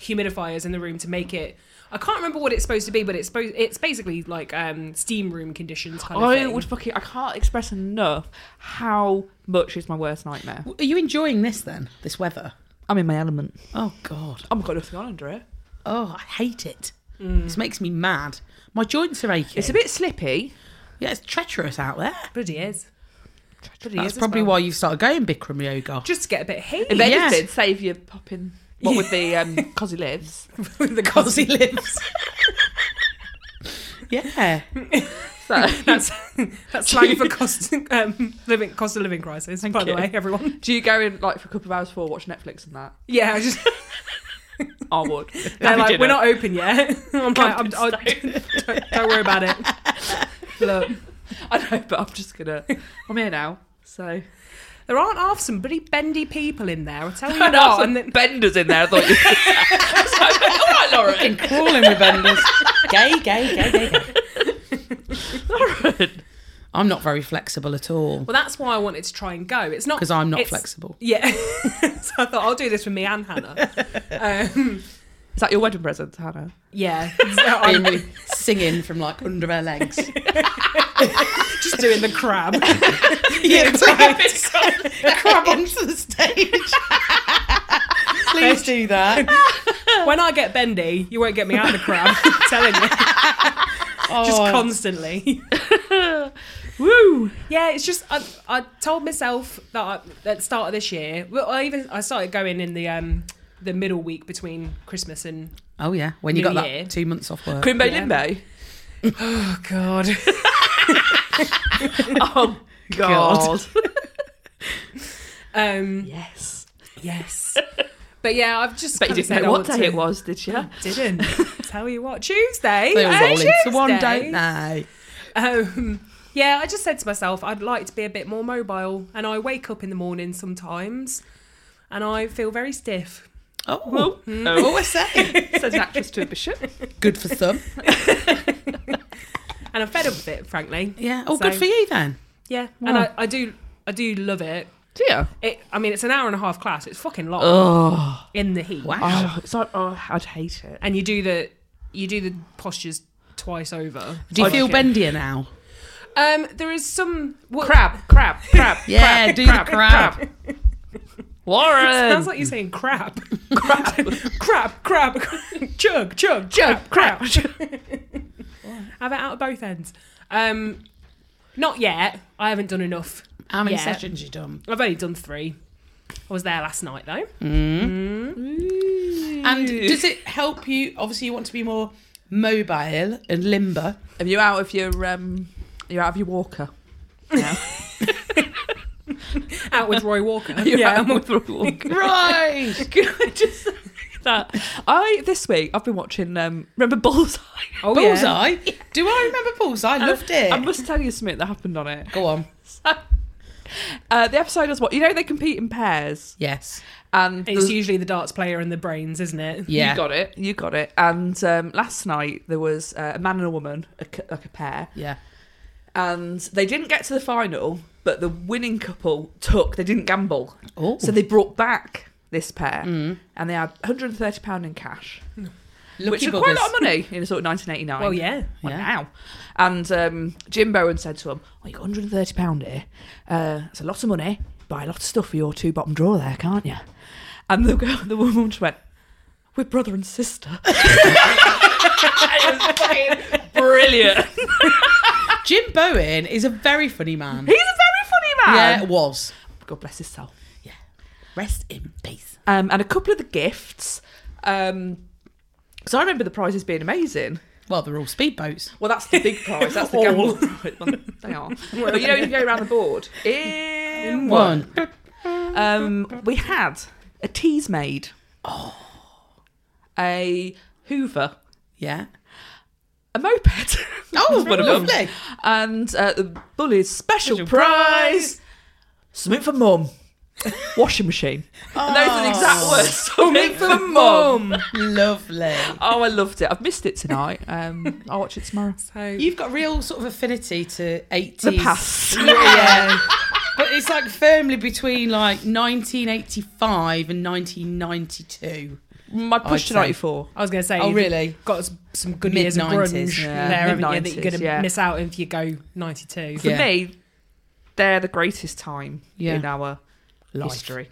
[SPEAKER 2] humidifiers in the room to make it. I can't remember what it's supposed to be, but it's supposed it's basically like um, steam room conditions kind of
[SPEAKER 1] I
[SPEAKER 2] thing.
[SPEAKER 1] would fucking. I can't express enough how much is my worst nightmare.
[SPEAKER 3] Are you enjoying this then? This weather?
[SPEAKER 1] I'm in my element.
[SPEAKER 3] Oh God.
[SPEAKER 1] I've got nothing on under it.
[SPEAKER 3] oh, I hate it.
[SPEAKER 2] Mm.
[SPEAKER 3] This makes me mad. My joints are aching.
[SPEAKER 1] It's a bit slippy.
[SPEAKER 3] yeah, it's treacherous out there.
[SPEAKER 2] Bloody is. Bloody
[SPEAKER 3] That's
[SPEAKER 2] is as
[SPEAKER 3] probably
[SPEAKER 2] well.
[SPEAKER 3] why you've started going Bikram yoga.
[SPEAKER 2] Just to get a bit of heat.
[SPEAKER 1] If anything,
[SPEAKER 3] Yes.
[SPEAKER 1] save you popping. What with the um, cosy lives.
[SPEAKER 2] the
[SPEAKER 3] because he lives. yeah.
[SPEAKER 1] So
[SPEAKER 2] That's that's slang for cost um, living cost of living crisis. by the
[SPEAKER 1] you.
[SPEAKER 2] way, everyone.
[SPEAKER 1] do you go in like for a couple of hours before watch Netflix and that?
[SPEAKER 2] Yeah, I just
[SPEAKER 1] I would.
[SPEAKER 2] they're
[SPEAKER 1] Have a
[SPEAKER 2] like
[SPEAKER 1] dinner.
[SPEAKER 2] we're not open yet. I'm like, I'm, I'll, don't, don't worry about it. Look,
[SPEAKER 1] I know, but I'm just gonna. I'm here now, so.
[SPEAKER 2] there aren't half some bloody bendy people in there. I tell you
[SPEAKER 1] I know,
[SPEAKER 2] what.
[SPEAKER 1] some
[SPEAKER 2] And then,
[SPEAKER 1] benders in there. I thought you. so, all right, Lauren.
[SPEAKER 3] Fucking crawling with benders. gay, gay, gay, gay, gay. I'm not very flexible at all
[SPEAKER 2] well, that's why I wanted to try and go. It's not
[SPEAKER 3] because I'm not
[SPEAKER 2] it's-
[SPEAKER 3] flexible.
[SPEAKER 2] Yeah, so I thought I'll do this for me and Hannah. Um,
[SPEAKER 1] Is that your wedding present, Hannah?
[SPEAKER 2] yeah, so I'm
[SPEAKER 3] Being singing from like under her legs.
[SPEAKER 2] just doing the crab.
[SPEAKER 3] yeah,
[SPEAKER 2] Right.
[SPEAKER 3] crab onto the stage. Please do that.
[SPEAKER 2] when I get bendy, you won't get me out of the crab. I'm telling you,
[SPEAKER 3] Oh,
[SPEAKER 2] just constantly.
[SPEAKER 1] Woo!
[SPEAKER 2] Yeah, it's just I, I told myself that I, at the start of this year. Well, I even I started going in the um the middle week between Christmas and
[SPEAKER 3] oh yeah, when you
[SPEAKER 2] New
[SPEAKER 3] got that
[SPEAKER 2] Year.
[SPEAKER 3] two months off work.
[SPEAKER 1] Crimbo
[SPEAKER 2] Yeah.
[SPEAKER 1] Limbo.
[SPEAKER 2] oh god,
[SPEAKER 1] Oh
[SPEAKER 3] God.
[SPEAKER 2] um
[SPEAKER 1] yes.
[SPEAKER 2] yes. But yeah, I've just.
[SPEAKER 1] Bet you
[SPEAKER 2] kinda
[SPEAKER 1] didn't
[SPEAKER 2] said
[SPEAKER 1] know
[SPEAKER 2] I
[SPEAKER 1] what
[SPEAKER 2] want
[SPEAKER 1] day
[SPEAKER 2] to-
[SPEAKER 1] it was, did you?
[SPEAKER 2] Didn't tell you what Tuesday.
[SPEAKER 3] They all
[SPEAKER 2] eh,
[SPEAKER 3] roll into one,
[SPEAKER 2] Tuesday.
[SPEAKER 3] don't they?
[SPEAKER 2] Um, yeah, I just said to myself, I'd like to be a bit more mobile, and I wake up in the morning sometimes, and I feel very stiff.
[SPEAKER 3] Oh,
[SPEAKER 1] Well,
[SPEAKER 3] what was that?
[SPEAKER 1] Oh, says an actress to a bishop.
[SPEAKER 3] Good for some.
[SPEAKER 2] And I'm fed up with it, frankly.
[SPEAKER 3] Yeah. Oh,
[SPEAKER 2] So-
[SPEAKER 3] good for you then.
[SPEAKER 2] Yeah, and
[SPEAKER 3] Wow.
[SPEAKER 2] I, I do, I do love it.
[SPEAKER 1] Do you?
[SPEAKER 2] It, I mean, it's an hour and a half class. It's fucking long
[SPEAKER 1] Oh,
[SPEAKER 2] in the heat,
[SPEAKER 3] Wow.
[SPEAKER 1] oh, it's like, oh, I'd hate it.
[SPEAKER 2] and you do the, you do the postures twice over.
[SPEAKER 3] Do you
[SPEAKER 2] I
[SPEAKER 3] feel
[SPEAKER 2] reckon.
[SPEAKER 3] bendier now?
[SPEAKER 2] Um, there is some what,
[SPEAKER 1] Crab, crab, crab.
[SPEAKER 3] Yeah,
[SPEAKER 1] crab,
[SPEAKER 3] do the
[SPEAKER 1] crab,
[SPEAKER 3] crab.
[SPEAKER 1] Lauren.
[SPEAKER 2] Sounds like you're saying crap, crap, crap, crap, chug, chug,
[SPEAKER 1] Jump, crab.
[SPEAKER 2] Have it out of both ends. Um, not yet. I haven't done enough.
[SPEAKER 3] How many
[SPEAKER 2] Yeah.
[SPEAKER 3] sessions you done?
[SPEAKER 2] I've only done three. I was there last night though.
[SPEAKER 1] Mm.
[SPEAKER 3] And does it help you? Obviously, you want to be more mobile and limber.
[SPEAKER 1] Are you out of your um? You're out of your walker. now?
[SPEAKER 2] Out with Roy Walker.
[SPEAKER 1] You're out
[SPEAKER 2] yeah, I'm
[SPEAKER 1] of your walker.
[SPEAKER 3] Right.
[SPEAKER 1] Can I just say that I this week I've been watching um remember Bullseye.
[SPEAKER 2] Oh, yeah.
[SPEAKER 3] Bullseye. Do I remember Bullseye? I loved it.
[SPEAKER 1] I must tell you something that happened on it.
[SPEAKER 3] Go on.
[SPEAKER 1] Uh, the episode was what you know they compete in pairs
[SPEAKER 3] Yes.
[SPEAKER 1] and
[SPEAKER 2] It's
[SPEAKER 1] there's-
[SPEAKER 2] usually the darts player and the brains, isn't it?
[SPEAKER 3] Yeah.
[SPEAKER 1] you got it you got it and um, last night there was uh, a man and a woman a cou- like a pair
[SPEAKER 3] Yeah.
[SPEAKER 1] and they didn't get to the final but the winning couple took they didn't gamble
[SPEAKER 3] Oh.
[SPEAKER 1] so they brought back this pair and they had 130 pound in cash
[SPEAKER 3] Mm. Lucky
[SPEAKER 1] which is
[SPEAKER 3] buggers.
[SPEAKER 1] quite a lot of money in sort of 1989
[SPEAKER 2] Well, yeah.
[SPEAKER 1] Wow.
[SPEAKER 3] Yeah.
[SPEAKER 1] And um, Jim Bowen said to him, oh, you got £130 here. Uh, it's a lot of money. Buy a lot of stuff for your two bottom drawer there, can't you? And the girl, the woman just went, we're brother and sister. it was fucking brilliant. He's
[SPEAKER 3] Jim Bowen is a very funny man.
[SPEAKER 1] a very funny man.
[SPEAKER 3] yeah, was.
[SPEAKER 1] God bless his soul.
[SPEAKER 3] Rest in peace.
[SPEAKER 1] Um, and a couple of the gifts. Um, so I remember the prizes being amazing.
[SPEAKER 3] Well, they're all speedboats.
[SPEAKER 1] Well, that's the big prize. That's the gamble prize. Well, they are. But you know, you go around the board. In one.
[SPEAKER 3] One.
[SPEAKER 1] um, we had a tease made. Oh. A Hoover.
[SPEAKER 3] Yeah.
[SPEAKER 1] A moped.
[SPEAKER 3] Oh,
[SPEAKER 1] One of them.
[SPEAKER 3] lovely.
[SPEAKER 1] And uh, the bully's special, prize. Something for mum. Washing machine. And those are the exact words. Oh. Something for mum.
[SPEAKER 3] lovely.
[SPEAKER 1] Oh, I loved it. I've missed it tonight. Um, I'll watch it tomorrow.
[SPEAKER 2] So
[SPEAKER 3] You've got real sort of affinity to 80s.
[SPEAKER 1] The past.
[SPEAKER 3] yeah. But it's like firmly between like 1985 and 1992.
[SPEAKER 1] My push
[SPEAKER 3] I'd
[SPEAKER 1] to
[SPEAKER 3] say.
[SPEAKER 1] 94.
[SPEAKER 2] I was going to say,
[SPEAKER 3] Oh,
[SPEAKER 2] you've
[SPEAKER 3] really?
[SPEAKER 2] Got s- some good years of
[SPEAKER 3] Mid-nineties,
[SPEAKER 2] grunge
[SPEAKER 1] yeah.
[SPEAKER 2] there, haven't you, that you're
[SPEAKER 1] Mid-nineties,
[SPEAKER 2] going to
[SPEAKER 1] yeah.
[SPEAKER 2] miss out if you go 92.
[SPEAKER 1] For
[SPEAKER 3] Yeah.
[SPEAKER 1] me, they're the greatest time
[SPEAKER 3] Yeah.
[SPEAKER 1] in our
[SPEAKER 3] Life.
[SPEAKER 1] history.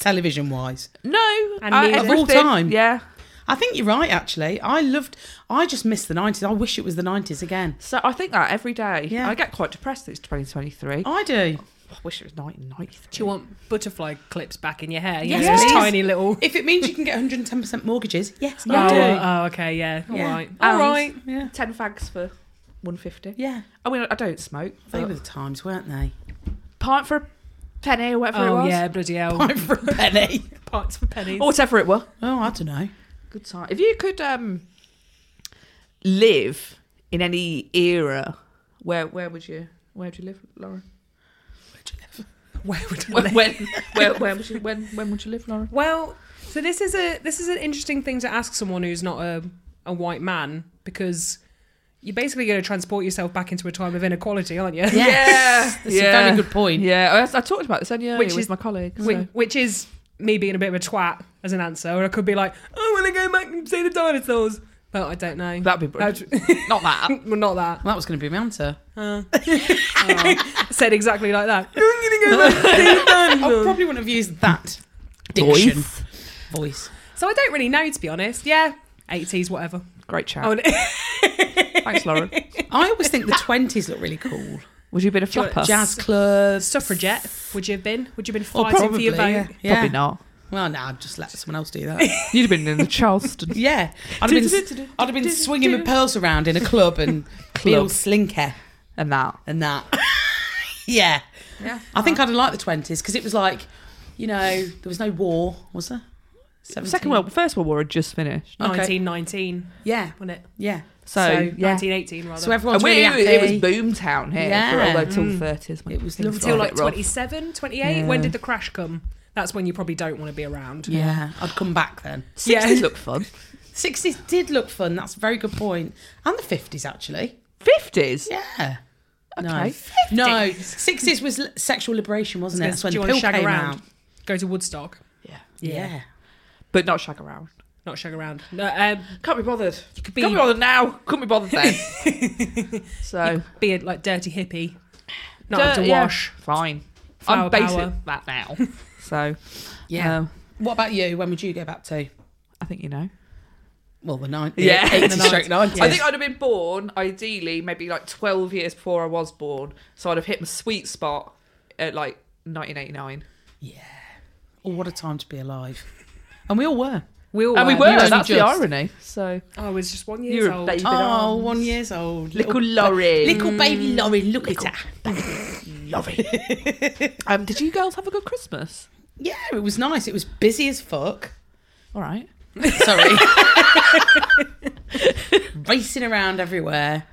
[SPEAKER 3] Television wise.
[SPEAKER 1] No,
[SPEAKER 2] And
[SPEAKER 1] I-
[SPEAKER 2] music.
[SPEAKER 3] Of all
[SPEAKER 1] everything,
[SPEAKER 3] time.
[SPEAKER 1] Yeah,
[SPEAKER 3] I think you're right. Actually, I loved. I just missed the nineties. I wish it was the nineties again.
[SPEAKER 1] So I think that every day.
[SPEAKER 3] Yeah. Oh.
[SPEAKER 1] I get quite depressed that it's 2023.
[SPEAKER 3] I do.
[SPEAKER 1] I wish it was 1993.
[SPEAKER 2] Do you want butterfly clips back in your hair?
[SPEAKER 3] Yes,
[SPEAKER 2] Yes, yeah, those
[SPEAKER 3] please.
[SPEAKER 2] tiny little.
[SPEAKER 3] If it means you can get 110 percent mortgages, yes,
[SPEAKER 2] Oh,
[SPEAKER 3] I do.
[SPEAKER 2] oh, okay, yeah. All right,
[SPEAKER 3] Yeah.
[SPEAKER 2] all
[SPEAKER 1] And-
[SPEAKER 2] right.
[SPEAKER 3] yeah,
[SPEAKER 1] 10 fags for 150.
[SPEAKER 3] yeah.
[SPEAKER 1] I mean, I don't smoke.
[SPEAKER 3] They
[SPEAKER 1] but
[SPEAKER 3] were the times, weren't they?
[SPEAKER 1] Pint for a penny or whatever it
[SPEAKER 2] Oh
[SPEAKER 1] was.
[SPEAKER 2] yeah, bloody hell!
[SPEAKER 3] Five for a penny.
[SPEAKER 2] Parts for pennies.
[SPEAKER 1] Or whatever it was.
[SPEAKER 3] Oh, I don't know.
[SPEAKER 1] Good time. If you could um, live in any era, where where would you where would you live, Lauren?
[SPEAKER 2] Where would I
[SPEAKER 1] When
[SPEAKER 2] live?
[SPEAKER 1] when, where, where would you when when would you live, Lauren?
[SPEAKER 2] Well, so this is a this is an interesting thing to ask someone who's not a a white man because you're basically going to transport yourself back into a time of inequality, aren't you?
[SPEAKER 1] Yeah,
[SPEAKER 3] That's a very good point.
[SPEAKER 1] Yeah, I, I talked about this earlier
[SPEAKER 2] Which
[SPEAKER 1] with
[SPEAKER 2] is-
[SPEAKER 1] my colleague.
[SPEAKER 2] Whi-
[SPEAKER 1] so.
[SPEAKER 2] Which, is me being a bit of a twat as an answer, or I could be like, "Oh, I want to go back and see the dinosaurs, but I don't know.
[SPEAKER 1] That'd be brilliant.
[SPEAKER 2] That'd-
[SPEAKER 1] Not that.
[SPEAKER 2] well, not that.
[SPEAKER 3] Well, that was going to be my answer.
[SPEAKER 2] Uh, oh, said exactly like that. I'm going to go back and see the
[SPEAKER 3] I
[SPEAKER 2] dinosaurs.
[SPEAKER 3] probably wouldn't have used that diction.
[SPEAKER 1] Voice.
[SPEAKER 3] Voice.
[SPEAKER 2] So I don't really know, to be honest. Yeah, 80s, whatever.
[SPEAKER 1] Great chat.
[SPEAKER 2] I would-
[SPEAKER 1] Oh, Thanks, Lauren.
[SPEAKER 3] I always think the 20s look really cool.
[SPEAKER 1] Would you have been a
[SPEAKER 2] Do you want
[SPEAKER 1] flapper?
[SPEAKER 3] Jazz clubs.
[SPEAKER 2] suffragette would you have been would you have been
[SPEAKER 3] Or
[SPEAKER 2] fighting for
[SPEAKER 3] Oh, probably,
[SPEAKER 2] your vote
[SPEAKER 3] yeah. yeah.
[SPEAKER 1] Oh, Probably not.
[SPEAKER 3] Well, no, I'd just let someone else do that.
[SPEAKER 1] You'd have been in the Charleston.
[SPEAKER 3] yeah. I'd have been, I'd have been swinging my pearls around in a club and be all
[SPEAKER 1] Club.
[SPEAKER 3] slinker
[SPEAKER 1] and that.
[SPEAKER 3] and that. yeah.
[SPEAKER 1] Yeah.
[SPEAKER 3] I think I'd have liked the 20s because it was like, you know, there was no war, was there? 17.
[SPEAKER 1] Second World, First World War had just
[SPEAKER 2] Oh,
[SPEAKER 1] finished.
[SPEAKER 3] Okay.
[SPEAKER 2] 1919
[SPEAKER 3] Yeah,
[SPEAKER 2] wasn't it
[SPEAKER 3] yeah.
[SPEAKER 1] So, yeah.
[SPEAKER 2] 1918 rather
[SPEAKER 3] So
[SPEAKER 1] And
[SPEAKER 3] everyone's
[SPEAKER 1] we,
[SPEAKER 3] really happy.
[SPEAKER 1] it was boomtown here for all
[SPEAKER 3] Yeah.
[SPEAKER 1] the till 30s. when
[SPEAKER 3] It was
[SPEAKER 1] things
[SPEAKER 3] lovely.
[SPEAKER 1] got
[SPEAKER 2] until
[SPEAKER 1] a
[SPEAKER 2] like
[SPEAKER 1] bit rough.
[SPEAKER 2] 27 28 when did the crash come that's when you probably don't want to be around
[SPEAKER 3] yeah, I'd come back then.
[SPEAKER 1] 60s
[SPEAKER 2] Yeah.
[SPEAKER 1] look fun.
[SPEAKER 3] 60s did look fun. That's a very good point. And the 50s, actually.
[SPEAKER 1] 50s?
[SPEAKER 3] Yeah.
[SPEAKER 1] Okay.
[SPEAKER 3] No. No. 60s was l- sexual liberation, wasn't it?
[SPEAKER 2] Because
[SPEAKER 3] That's when
[SPEAKER 2] do
[SPEAKER 3] the
[SPEAKER 2] you want
[SPEAKER 3] pill
[SPEAKER 2] to shag
[SPEAKER 3] came
[SPEAKER 2] around
[SPEAKER 3] out.
[SPEAKER 2] go to Woodstock
[SPEAKER 1] Yeah.
[SPEAKER 3] Yeah.
[SPEAKER 1] But not shag around.
[SPEAKER 2] not shag around no, um,
[SPEAKER 1] Can't be bothered.
[SPEAKER 2] you could
[SPEAKER 1] Can't
[SPEAKER 2] be
[SPEAKER 1] be bothered now. Couldn't be bothered then. so,
[SPEAKER 2] be a like dirty hippie not
[SPEAKER 1] Dirt,
[SPEAKER 2] have to
[SPEAKER 1] yeah.
[SPEAKER 2] wash
[SPEAKER 1] fine.
[SPEAKER 2] Flower
[SPEAKER 1] I'm basic
[SPEAKER 2] power.
[SPEAKER 1] that now. So,
[SPEAKER 3] Yeah.
[SPEAKER 1] um,
[SPEAKER 3] What about you? When would you go back to?
[SPEAKER 1] I think you know.
[SPEAKER 3] Well, the 90s.
[SPEAKER 1] Yeah.
[SPEAKER 3] Yeah. 80s
[SPEAKER 2] The
[SPEAKER 3] stroke
[SPEAKER 2] 90s.
[SPEAKER 3] 90s.
[SPEAKER 1] I think I'd have been born, ideally, maybe like 12 years before I was born. So I'd have hit my sweet spot at like 1989.
[SPEAKER 3] yeah. Oh, what a time to be alive. And we all were.
[SPEAKER 2] we all
[SPEAKER 1] and we
[SPEAKER 2] were.
[SPEAKER 1] um, were,
[SPEAKER 3] you only
[SPEAKER 1] that's the
[SPEAKER 3] just-
[SPEAKER 1] irony. So,
[SPEAKER 2] I Oh, was just one
[SPEAKER 1] You
[SPEAKER 2] year
[SPEAKER 1] were
[SPEAKER 2] old
[SPEAKER 1] baby. Keep it
[SPEAKER 3] Oh,
[SPEAKER 1] on.
[SPEAKER 3] one years old.
[SPEAKER 1] Oh, little Laurie.
[SPEAKER 3] little Mm. baby Laurie, look at her.
[SPEAKER 1] Um, did you girls have a good Christmas?
[SPEAKER 3] Yeah, it was nice. It was busy as fuck.
[SPEAKER 1] All right.
[SPEAKER 3] Sorry. Racing around everywhere.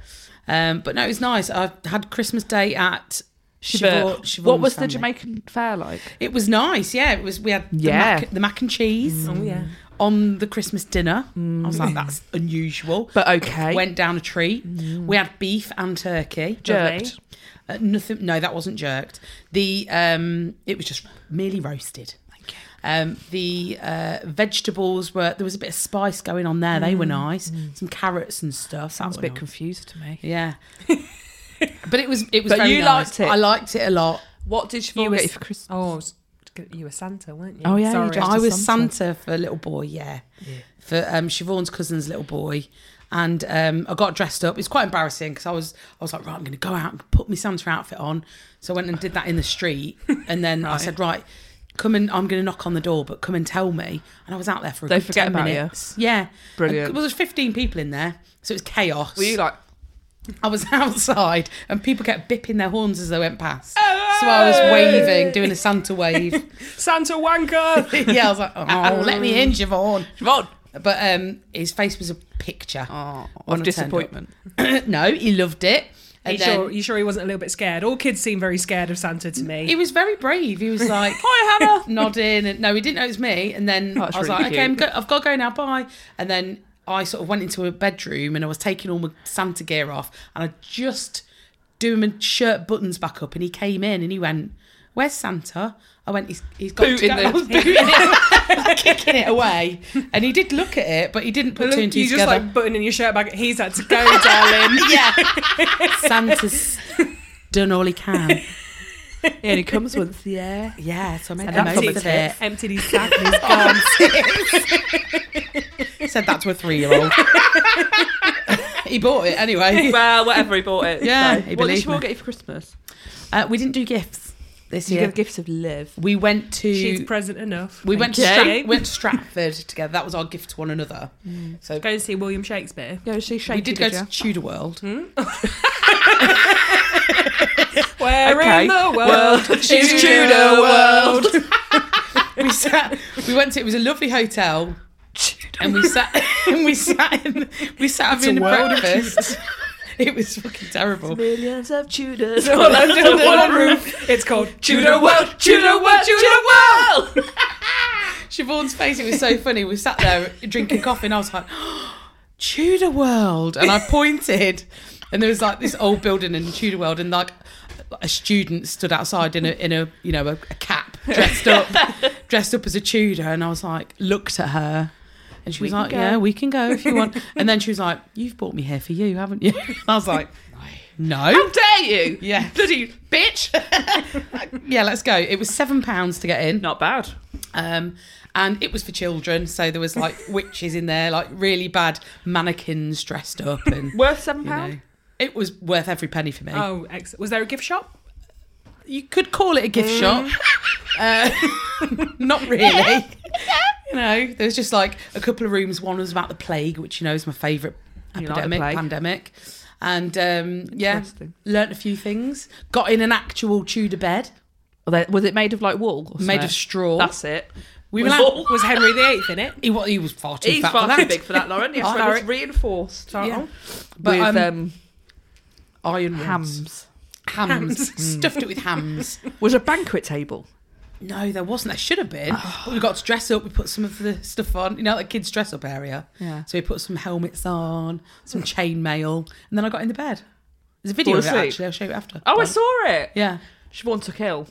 [SPEAKER 3] Um, but no, it was nice. I had Christmas Day at Siobhan- Siobhan's
[SPEAKER 1] what was the
[SPEAKER 3] family.
[SPEAKER 1] Jamaican fair like?
[SPEAKER 3] It was nice, yeah. It was. We had
[SPEAKER 1] Yeah. Mm.
[SPEAKER 3] the, mac, the mac and cheese
[SPEAKER 2] oh yeah
[SPEAKER 3] on the Christmas dinner. I was like, that's unusual.
[SPEAKER 1] But okay.
[SPEAKER 3] Went down a treat. We had beef and turkey.
[SPEAKER 1] Mm. jerked.
[SPEAKER 3] Uh, nothing. No, that wasn't jerked. The um, it was just merely roasted. Thank you. Um, the uh, vegetables were there was a bit of spice going on there. They were nice. Some carrots and stuff.
[SPEAKER 1] Mm. Sounds a
[SPEAKER 3] That
[SPEAKER 1] bit
[SPEAKER 3] were nice.
[SPEAKER 1] confused to me.
[SPEAKER 3] Yeah. but it was it was.
[SPEAKER 1] But
[SPEAKER 3] very
[SPEAKER 1] you
[SPEAKER 3] nice.
[SPEAKER 1] liked it.
[SPEAKER 3] I liked it a lot.
[SPEAKER 1] What did Siobhan
[SPEAKER 2] You were-
[SPEAKER 1] get you for Christmas?
[SPEAKER 2] oh I was- you were Santa weren't you
[SPEAKER 1] Oh, yeah, you
[SPEAKER 2] Sorry.
[SPEAKER 1] dressed
[SPEAKER 3] I
[SPEAKER 1] as
[SPEAKER 3] was
[SPEAKER 1] Santa.
[SPEAKER 3] Santa. for a little boy. Yeah. For um, Siobhan's cousin's little boy. And um, I got dressed up. It's quite embarrassing because I was I was like, right, I'm going to go out and put my Santa outfit on. So I went and did that in the street. And then I said, right, come and I'm going to knock on the door, but come and tell me. And I was out there for a
[SPEAKER 1] Oh, They
[SPEAKER 3] good
[SPEAKER 1] forget
[SPEAKER 3] 10
[SPEAKER 1] about you.
[SPEAKER 3] minutes. Yeah,
[SPEAKER 1] Brilliant.
[SPEAKER 3] And- well, there's 15 people in there, so it was chaos.
[SPEAKER 1] Were you like,
[SPEAKER 3] I was outside and people kept bipping their horns as they went past. So I
[SPEAKER 1] Oh!
[SPEAKER 3] was waving, doing a Santa wave.
[SPEAKER 2] Santa wanker
[SPEAKER 3] yeah, I was like, oh, let me in, Siobhan.
[SPEAKER 1] Siobhan?
[SPEAKER 3] But um, his face was a picture
[SPEAKER 1] Oh, of
[SPEAKER 3] when I turned
[SPEAKER 1] disappointment.
[SPEAKER 3] up. no, he loved it.
[SPEAKER 2] Are
[SPEAKER 3] And
[SPEAKER 2] you,
[SPEAKER 3] then
[SPEAKER 2] sure, you sure he wasn't a little bit scared? All kids seem very scared of Santa to me.
[SPEAKER 3] he was very brave. He was like, "Hi, Hannah," nodding, and no, he didn't know it was me. And then
[SPEAKER 1] Oh,
[SPEAKER 3] I
[SPEAKER 1] that's
[SPEAKER 3] was
[SPEAKER 1] really
[SPEAKER 3] like, "Okay, I'm
[SPEAKER 1] cute.
[SPEAKER 3] go- I've got to go now. Bye." And then I sort of went into a bedroom and I was taking all my Santa gear off, and I just doing my shirt buttons back up, and he came in and he went, "Where's Santa?" I went, "He's, he's got
[SPEAKER 1] Booting
[SPEAKER 3] to go."
[SPEAKER 1] the-
[SPEAKER 3] I was booting it, kicking it away, and he did look at it, but he didn't put two
[SPEAKER 2] you
[SPEAKER 3] and two
[SPEAKER 2] just
[SPEAKER 3] together.
[SPEAKER 2] like buttoning your shirt back. He's had to go, darling.
[SPEAKER 3] yeah. Santa's done all he can.
[SPEAKER 1] It only comes once a year.
[SPEAKER 3] Yeah, so I made
[SPEAKER 1] And
[SPEAKER 3] the
[SPEAKER 1] that's
[SPEAKER 3] most
[SPEAKER 1] on the
[SPEAKER 3] of it.
[SPEAKER 2] Emptied his sack and his gone.
[SPEAKER 3] Said that to a three-year-old. he bought it anyway.
[SPEAKER 1] Well, whatever he bought it.
[SPEAKER 3] Yeah,
[SPEAKER 1] so.
[SPEAKER 3] he
[SPEAKER 1] What did
[SPEAKER 3] believed
[SPEAKER 1] you all
[SPEAKER 3] me.
[SPEAKER 1] get you for Christmas?
[SPEAKER 3] Uh, we didn't do gifts this
[SPEAKER 1] You
[SPEAKER 3] year.
[SPEAKER 1] get gifts of live.
[SPEAKER 3] We went to
[SPEAKER 2] She's present enough.
[SPEAKER 3] we went to
[SPEAKER 1] Okay.
[SPEAKER 3] Stra- went to Stratford together. That was our gift to one another. So
[SPEAKER 2] Go and see William Shakespeare.
[SPEAKER 1] Yeah, she
[SPEAKER 3] we
[SPEAKER 1] shanked
[SPEAKER 3] did go to Tudor World.
[SPEAKER 2] Where
[SPEAKER 1] Okay.
[SPEAKER 2] in the world?
[SPEAKER 1] she's
[SPEAKER 2] is
[SPEAKER 1] Tudor world.
[SPEAKER 3] we sat. We went to. It was a lovely hotel, and we sat. And we sat. In, we sat having breakfast. It was fucking terrible.
[SPEAKER 1] Millions of Tudors
[SPEAKER 2] all under one roof. It's called Tudor World. Tudor World. Tudor World.
[SPEAKER 3] Siobhan's face. It was so funny. We sat there drinking coffee, and I was like, Tudor World, and I pointed, and there was like this old building in Tudor World, and like a student stood outside in a in a you know a, a cap, dressed up, dressed up as a Tudor, and I was like, looked at her. And she was
[SPEAKER 1] can
[SPEAKER 3] like,
[SPEAKER 1] go.
[SPEAKER 3] "Yeah, we can go if you want." And then she was like, "You've brought me here for you, haven't you?" I was like, "No,
[SPEAKER 1] How dare you?
[SPEAKER 3] yeah,
[SPEAKER 1] Bloody bitch.
[SPEAKER 3] yeah, let's go." It was seven pounds to get in.
[SPEAKER 1] Not bad.
[SPEAKER 3] Um, and it was for children, so there was like witches in there, like really bad mannequins dressed up, and
[SPEAKER 1] Worth seven
[SPEAKER 3] you
[SPEAKER 1] pounds?
[SPEAKER 3] know, it was worth every penny for me.
[SPEAKER 2] Oh, excellent. Was there a gift shop?
[SPEAKER 3] You could call it a gift shop,
[SPEAKER 1] Mm.
[SPEAKER 3] uh, not really. You know, there was just like a couple of rooms. One was about the plague, which you know is my favourite
[SPEAKER 1] You like the
[SPEAKER 3] epidemic,
[SPEAKER 1] plague.
[SPEAKER 3] pandemic, and um, yeah,
[SPEAKER 1] Interesting.
[SPEAKER 3] learnt a few things. Got in an actual Tudor bed
[SPEAKER 1] Well, they- Was it made of like wool? Or
[SPEAKER 3] made
[SPEAKER 1] something?
[SPEAKER 3] of straw.
[SPEAKER 1] That's it.
[SPEAKER 3] we were
[SPEAKER 2] was,
[SPEAKER 3] like,
[SPEAKER 2] was Henry VIII in it?
[SPEAKER 3] he, wa- he was far too
[SPEAKER 1] He's
[SPEAKER 3] fat for
[SPEAKER 1] far
[SPEAKER 3] that.
[SPEAKER 1] too big for that, Lauren. Yes,
[SPEAKER 3] Oh,
[SPEAKER 1] well, it was
[SPEAKER 3] Lauren.
[SPEAKER 1] reinforced
[SPEAKER 3] Yeah.
[SPEAKER 1] with
[SPEAKER 3] But,
[SPEAKER 1] um,
[SPEAKER 3] um, iron rods.
[SPEAKER 1] hams. Mm.
[SPEAKER 3] hams, stuffed it with hams.
[SPEAKER 1] Was a banquet table.
[SPEAKER 3] No, there wasn't. There should have been. but we got to dress up. We put some of the stuff on. You know, the kids' dress up area.
[SPEAKER 1] Yeah.
[SPEAKER 3] So we put some helmets on, some chainmail, and then I got in the bed. There's a video
[SPEAKER 1] Fall
[SPEAKER 3] of it
[SPEAKER 1] asleep.
[SPEAKER 3] actually. I'll show you after.
[SPEAKER 1] Oh, I
[SPEAKER 3] But-
[SPEAKER 1] saw it.
[SPEAKER 3] Yeah,
[SPEAKER 1] Siobhan took ill.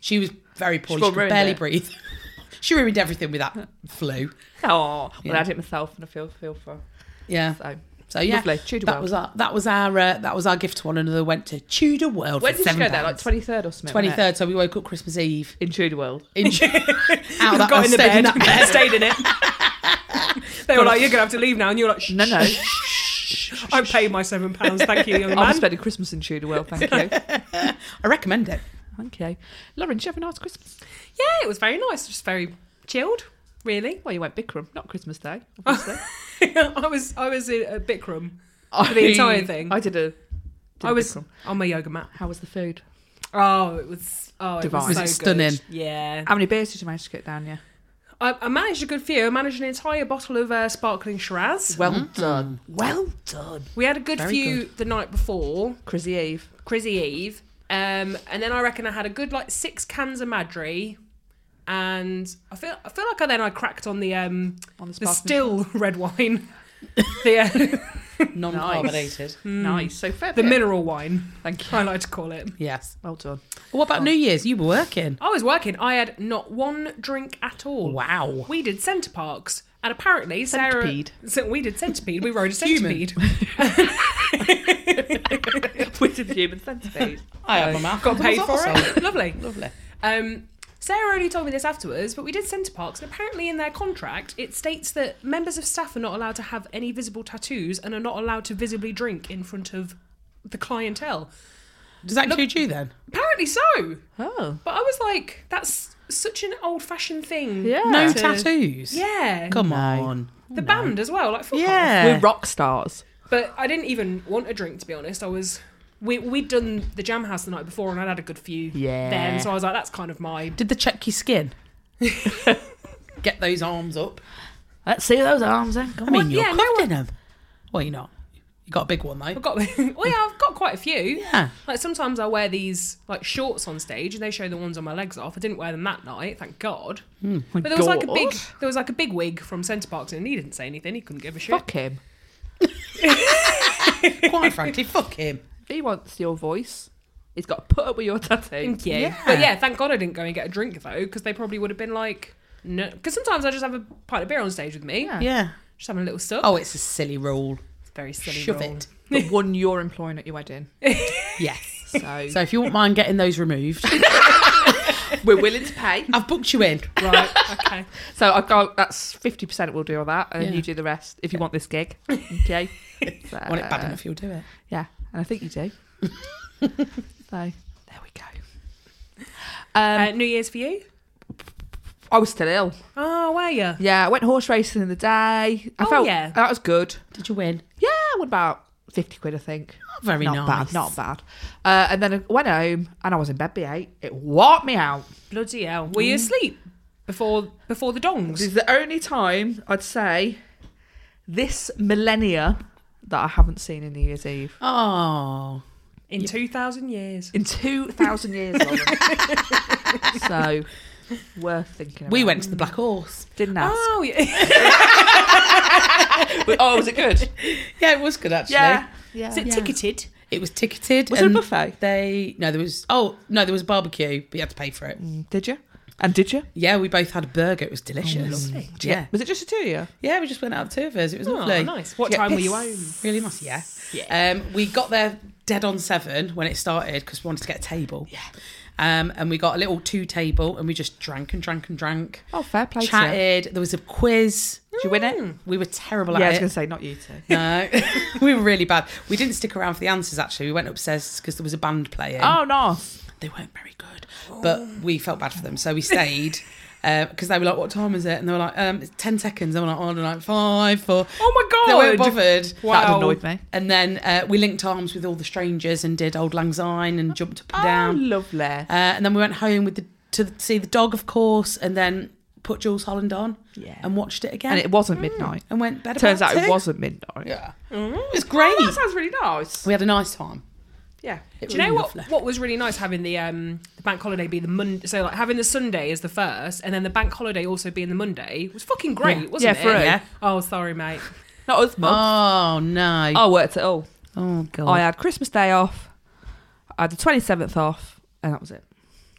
[SPEAKER 3] she was very poor.
[SPEAKER 1] She
[SPEAKER 3] She, could
[SPEAKER 1] ruined
[SPEAKER 3] barely
[SPEAKER 1] it.
[SPEAKER 3] breathe. she ruined everything with that flu.
[SPEAKER 1] Oh,
[SPEAKER 3] Yeah.
[SPEAKER 1] well, I did it myself, and I feel feel for. her.
[SPEAKER 3] Yeah.
[SPEAKER 1] So
[SPEAKER 3] So yeah,
[SPEAKER 1] lovely. Tudor
[SPEAKER 3] that
[SPEAKER 1] World.
[SPEAKER 3] was our that was our uh, that was our gift to one another. Went to Tudor World.
[SPEAKER 1] When
[SPEAKER 3] for
[SPEAKER 1] did you
[SPEAKER 3] seven
[SPEAKER 1] go there? Like twenty third or something?
[SPEAKER 3] twenty
[SPEAKER 1] wasn't it?
[SPEAKER 3] third. So we woke up Christmas Eve.
[SPEAKER 1] in Tudor World.
[SPEAKER 3] In, out that,
[SPEAKER 2] got in the
[SPEAKER 3] stayed
[SPEAKER 2] bed,
[SPEAKER 3] that bed.
[SPEAKER 2] stayed in it. they were like, "You're gonna have to leave now," and you're like, "Shh,
[SPEAKER 1] No, no.
[SPEAKER 2] I paid my seven pounds. Thank you, young
[SPEAKER 1] I'll be
[SPEAKER 2] man."
[SPEAKER 1] spending Christmas in Tudor World. Thank you.
[SPEAKER 3] I recommend it.
[SPEAKER 1] Thank you, Lauren. Did you have a nice Christmas?
[SPEAKER 2] Yeah, it was very nice. Just very chilled, really.
[SPEAKER 1] Well, you went Bikram, not Christmas Day. Obviously.
[SPEAKER 2] I was I was in a Bikram.
[SPEAKER 1] I,
[SPEAKER 2] the entire thing.
[SPEAKER 1] I did a. did
[SPEAKER 2] I
[SPEAKER 1] a
[SPEAKER 2] was
[SPEAKER 1] Bikram.
[SPEAKER 2] on my yoga mat.
[SPEAKER 1] How was the food?
[SPEAKER 2] Oh, it was oh, it
[SPEAKER 1] Divine.
[SPEAKER 2] was,
[SPEAKER 1] Was
[SPEAKER 2] so
[SPEAKER 3] it
[SPEAKER 2] good.
[SPEAKER 3] stunning?
[SPEAKER 2] Yeah,
[SPEAKER 1] How many beers did you manage to get down? Yeah.
[SPEAKER 2] I, I managed a good few. I managed an entire bottle of uh, sparkling Shiraz.
[SPEAKER 1] Well done. Well done.
[SPEAKER 2] We had a good
[SPEAKER 3] Very
[SPEAKER 2] few the night before,
[SPEAKER 1] Chrissy Eve.
[SPEAKER 2] Chrissy Eve, um, and then I reckon I had a good like six cans of Madry, and I feel I feel like I then I cracked on the um
[SPEAKER 1] On the
[SPEAKER 2] the
[SPEAKER 1] sparkling.
[SPEAKER 2] still red wine, the uh,
[SPEAKER 3] non-carbonated.
[SPEAKER 1] Nice. So fair.
[SPEAKER 2] the
[SPEAKER 1] bit.
[SPEAKER 2] mineral wine
[SPEAKER 1] Thank
[SPEAKER 2] I
[SPEAKER 1] you.
[SPEAKER 2] like to call it.
[SPEAKER 3] Yes.
[SPEAKER 1] Well done.
[SPEAKER 3] What
[SPEAKER 1] Oh.
[SPEAKER 3] about New Year's? You were working.
[SPEAKER 2] I was working. I had not one drink at
[SPEAKER 1] Oh,
[SPEAKER 2] all.
[SPEAKER 3] Wow.
[SPEAKER 2] We did centre parks, and apparently Sarah.
[SPEAKER 1] Centipede.
[SPEAKER 2] So we did centipede. We rode a
[SPEAKER 3] Human.
[SPEAKER 2] centipede.
[SPEAKER 1] With the human centipede.
[SPEAKER 3] I had my mouth.
[SPEAKER 2] Got paid for it. Lovely.
[SPEAKER 3] Lovely.
[SPEAKER 2] Um, Sarah only told me this afterwards, but we did centre parks, and apparently in their contract it states that members of staff are not allowed to have any visible tattoos and are not allowed to visibly drink in front of the clientele.
[SPEAKER 3] Does that include you then?
[SPEAKER 2] Apparently so.
[SPEAKER 1] Oh.
[SPEAKER 2] But I was like, that's such an old-fashioned thing.
[SPEAKER 1] Yeah.
[SPEAKER 3] No
[SPEAKER 2] to-
[SPEAKER 3] tattoos.
[SPEAKER 2] Yeah.
[SPEAKER 3] Come
[SPEAKER 1] No.
[SPEAKER 3] on.
[SPEAKER 2] The band as well, like fuck off.
[SPEAKER 3] Yeah.
[SPEAKER 1] We're rock stars.
[SPEAKER 2] But I didn't even want a drink to be honest. I was we we'd done the jam house the night before and I'd had a good few
[SPEAKER 1] Yeah.
[SPEAKER 2] then, so I was like, that's kind of my
[SPEAKER 3] Did the check your skin? Get those arms up.
[SPEAKER 1] Let's see those arms then. Come
[SPEAKER 3] I mean, you're
[SPEAKER 2] yeah, no
[SPEAKER 3] covered in them. Well, you're not. You got a big one
[SPEAKER 2] I've
[SPEAKER 3] though.
[SPEAKER 2] got well yeah, I've got quite a few.
[SPEAKER 3] Yeah.
[SPEAKER 2] Like sometimes I wear these like shorts on stage and they show the ones on my legs off. I didn't wear them that night, thank God.
[SPEAKER 1] Hmm, My
[SPEAKER 2] But there was like a
[SPEAKER 1] God.
[SPEAKER 2] big there was like a big wig from Centre Parks and he didn't say anything, he couldn't give a shit.
[SPEAKER 1] Fuck him.
[SPEAKER 3] Quite frankly, fuck him.
[SPEAKER 1] He wants your voice. He's got to put up with your tattoo.
[SPEAKER 2] Thank you.
[SPEAKER 3] Yeah.
[SPEAKER 2] But yeah, thank God I didn't go and get a drink though, because they probably would have been like no because sometimes I just have a pint of beer on stage with me.
[SPEAKER 1] Yeah.
[SPEAKER 3] Yeah.
[SPEAKER 2] Just having a little sip.
[SPEAKER 3] Oh, it's a silly rule.
[SPEAKER 2] Very silly.
[SPEAKER 3] Shove
[SPEAKER 2] rule.
[SPEAKER 3] it.
[SPEAKER 1] The one you're employing at your wedding.
[SPEAKER 3] Yes.
[SPEAKER 1] So,
[SPEAKER 3] So if you won't mind getting those removed,
[SPEAKER 1] we're willing to pay.
[SPEAKER 3] I've booked you in.
[SPEAKER 2] Right. Okay.
[SPEAKER 1] So I go. That's fifty percent. We'll do all that, and
[SPEAKER 3] Yeah.
[SPEAKER 1] you do the rest if you want this gig. Okay. So,
[SPEAKER 3] Want it bad enough, you'll do it.
[SPEAKER 1] Yeah, and I think you do. so there we go. Um,
[SPEAKER 2] uh, New Year's for you?
[SPEAKER 1] I was still ill.
[SPEAKER 2] Oh, were you?
[SPEAKER 1] Yeah, I went horse racing in the day. I
[SPEAKER 2] Oh,
[SPEAKER 1] felt
[SPEAKER 2] yeah.
[SPEAKER 1] that was good.
[SPEAKER 3] Did you win?
[SPEAKER 1] Yeah, I won about fifty quid, I think.
[SPEAKER 3] Very
[SPEAKER 1] not
[SPEAKER 3] nice.
[SPEAKER 1] bad, not bad. Uh, and then I went home and I was in bed by eight. It wiped me out.
[SPEAKER 2] Bloody hell. Were
[SPEAKER 1] Mm.
[SPEAKER 2] you asleep before before the
[SPEAKER 1] This
[SPEAKER 2] dongs?
[SPEAKER 1] is the only time I'd say this millennia that I haven't seen a New Year's Eve.
[SPEAKER 3] Oh,
[SPEAKER 2] In 2,000 years.
[SPEAKER 1] In 2,000 years, Lauren. so, worth thinking about.
[SPEAKER 3] we went to the Black Horse.
[SPEAKER 1] Didn't ask.
[SPEAKER 2] Oh, yeah.
[SPEAKER 1] But- oh, was it good?
[SPEAKER 3] Yeah, it was good actually.
[SPEAKER 1] Yeah.
[SPEAKER 2] Is it
[SPEAKER 1] Oh, yeah.
[SPEAKER 2] ticketed?
[SPEAKER 3] It was ticketed.
[SPEAKER 1] Was it a
[SPEAKER 3] and
[SPEAKER 1] buffet?
[SPEAKER 3] They no, there was oh no, there was barbecue, but you had to pay for it.
[SPEAKER 1] Did you? And did you?
[SPEAKER 3] Yeah, we both had a burger. It was delicious.
[SPEAKER 1] Did
[SPEAKER 2] lovely.
[SPEAKER 1] Oh, you
[SPEAKER 3] yeah,
[SPEAKER 1] get- Was it just the two of you?
[SPEAKER 3] yeah, we just went out the two of us. It was
[SPEAKER 2] Oh,
[SPEAKER 3] lovely.
[SPEAKER 2] nice. What
[SPEAKER 1] Did you get
[SPEAKER 2] time were you home?
[SPEAKER 1] pissed?
[SPEAKER 3] Really nice, yeah.
[SPEAKER 2] Yeah.
[SPEAKER 3] Um, we got there dead on seven when it started because we wanted to get a table. Yeah. Um, and we got a little two table and we just drank and drank and drank.
[SPEAKER 1] Oh, fair play to you.
[SPEAKER 3] Chatted. There was a quiz.
[SPEAKER 1] Did you win it?
[SPEAKER 3] We were terrible
[SPEAKER 1] Yeah, I was
[SPEAKER 3] at it.
[SPEAKER 1] going to say, not you two.
[SPEAKER 3] No, we were really bad. We didn't stick around for the answers actually. We went upstairs because there was a band playing.
[SPEAKER 1] Oh, nice.
[SPEAKER 3] They weren't very good, but
[SPEAKER 1] Oh.
[SPEAKER 3] we felt bad for them, so we stayed. Because they were like, "What time is it?" And they were like, um, "It's ten seconds." And we're like, "Oh, they're like five, four.
[SPEAKER 2] Oh, my God.
[SPEAKER 3] They weren't bothered.
[SPEAKER 1] That
[SPEAKER 2] Wow.
[SPEAKER 1] annoyed me.
[SPEAKER 3] And then uh, we linked arms with all the strangers and did old lang syne and jumped up and
[SPEAKER 1] Oh,
[SPEAKER 3] down.
[SPEAKER 1] lovely.
[SPEAKER 3] Uh, and then we went home with the to see the dog, of course, and then put Jules Holland on
[SPEAKER 1] Yeah.
[SPEAKER 3] and watched it again
[SPEAKER 1] and
[SPEAKER 3] and,
[SPEAKER 1] it wasn't midnight.
[SPEAKER 3] went bed.
[SPEAKER 1] Turns
[SPEAKER 3] about
[SPEAKER 1] out it
[SPEAKER 3] two.
[SPEAKER 1] wasn't midnight.
[SPEAKER 3] Yeah, it was great.
[SPEAKER 1] Oh, that sounds really nice.
[SPEAKER 3] we had a nice time.
[SPEAKER 1] Yeah.
[SPEAKER 3] It
[SPEAKER 2] Do you know
[SPEAKER 3] was
[SPEAKER 2] what?
[SPEAKER 3] lovely.
[SPEAKER 2] What was really nice having the um the bank holiday be the Monday, so like having the Sunday as the first, and then the bank holiday also being the Monday was fucking great,
[SPEAKER 3] Yeah.
[SPEAKER 2] wasn't
[SPEAKER 1] Yeah,
[SPEAKER 2] it?
[SPEAKER 1] for us.
[SPEAKER 3] Yeah.
[SPEAKER 2] Oh, sorry, mate.
[SPEAKER 1] Not us, mum.
[SPEAKER 3] Oh no!
[SPEAKER 1] Um, I worked it all.
[SPEAKER 3] Oh, god!
[SPEAKER 1] I had Christmas Day off. I had the 27th off, and that was it.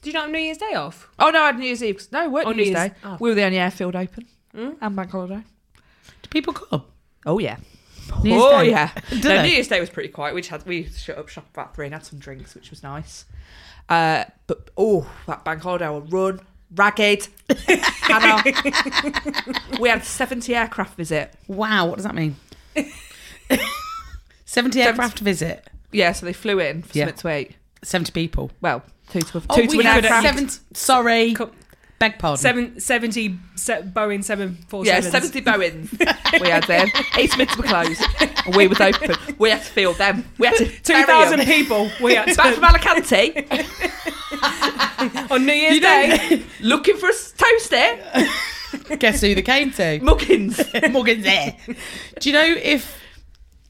[SPEAKER 2] Do you not have New Year's Day off?
[SPEAKER 1] Oh, no, I had New Year's Eve. 'cause- No, it weren't
[SPEAKER 2] Oh,
[SPEAKER 1] New Year's Hmm?
[SPEAKER 2] New Year's-
[SPEAKER 1] Day.
[SPEAKER 2] oh.
[SPEAKER 1] We were the only airfield open and bank holiday.
[SPEAKER 3] Do people come?
[SPEAKER 1] Oh, yeah.
[SPEAKER 3] New Year's
[SPEAKER 1] oh
[SPEAKER 3] Day?
[SPEAKER 1] yeah.
[SPEAKER 3] Do
[SPEAKER 1] no,
[SPEAKER 3] they?
[SPEAKER 1] New Year's Day was pretty quiet. We just had we shut up shop about three and had some drinks, which was nice. Uh, but oh, that bank holiday will run ragged. Hannah. we had seventy aircraft visit.
[SPEAKER 3] Wow, what does that mean? Seventy aircraft visit,
[SPEAKER 1] Yeah, so they flew in for
[SPEAKER 3] Yeah.
[SPEAKER 1] something to eat.
[SPEAKER 3] seventy people.
[SPEAKER 1] Well, two to a,
[SPEAKER 3] Oh,
[SPEAKER 1] two
[SPEAKER 3] we
[SPEAKER 1] to an
[SPEAKER 3] had
[SPEAKER 1] aircraft.
[SPEAKER 3] 70 Sorry,
[SPEAKER 2] Come-
[SPEAKER 3] beg pardon.
[SPEAKER 2] Seven, 70 se- Boeing seven four
[SPEAKER 1] Yeah,
[SPEAKER 2] seven.
[SPEAKER 1] seventy Bowens we had then. Eight Smiths were closed, and we was open. We had to field them. We had to
[SPEAKER 2] Two
[SPEAKER 1] two
[SPEAKER 2] thousand people. We had
[SPEAKER 1] back
[SPEAKER 2] to,
[SPEAKER 1] from Alicante
[SPEAKER 2] on New Year's
[SPEAKER 3] You
[SPEAKER 2] Day.
[SPEAKER 3] don't-
[SPEAKER 1] looking for a s- toaster.
[SPEAKER 3] Guess who they came to?
[SPEAKER 1] Muggins.
[SPEAKER 3] Morgan's there. Do you know if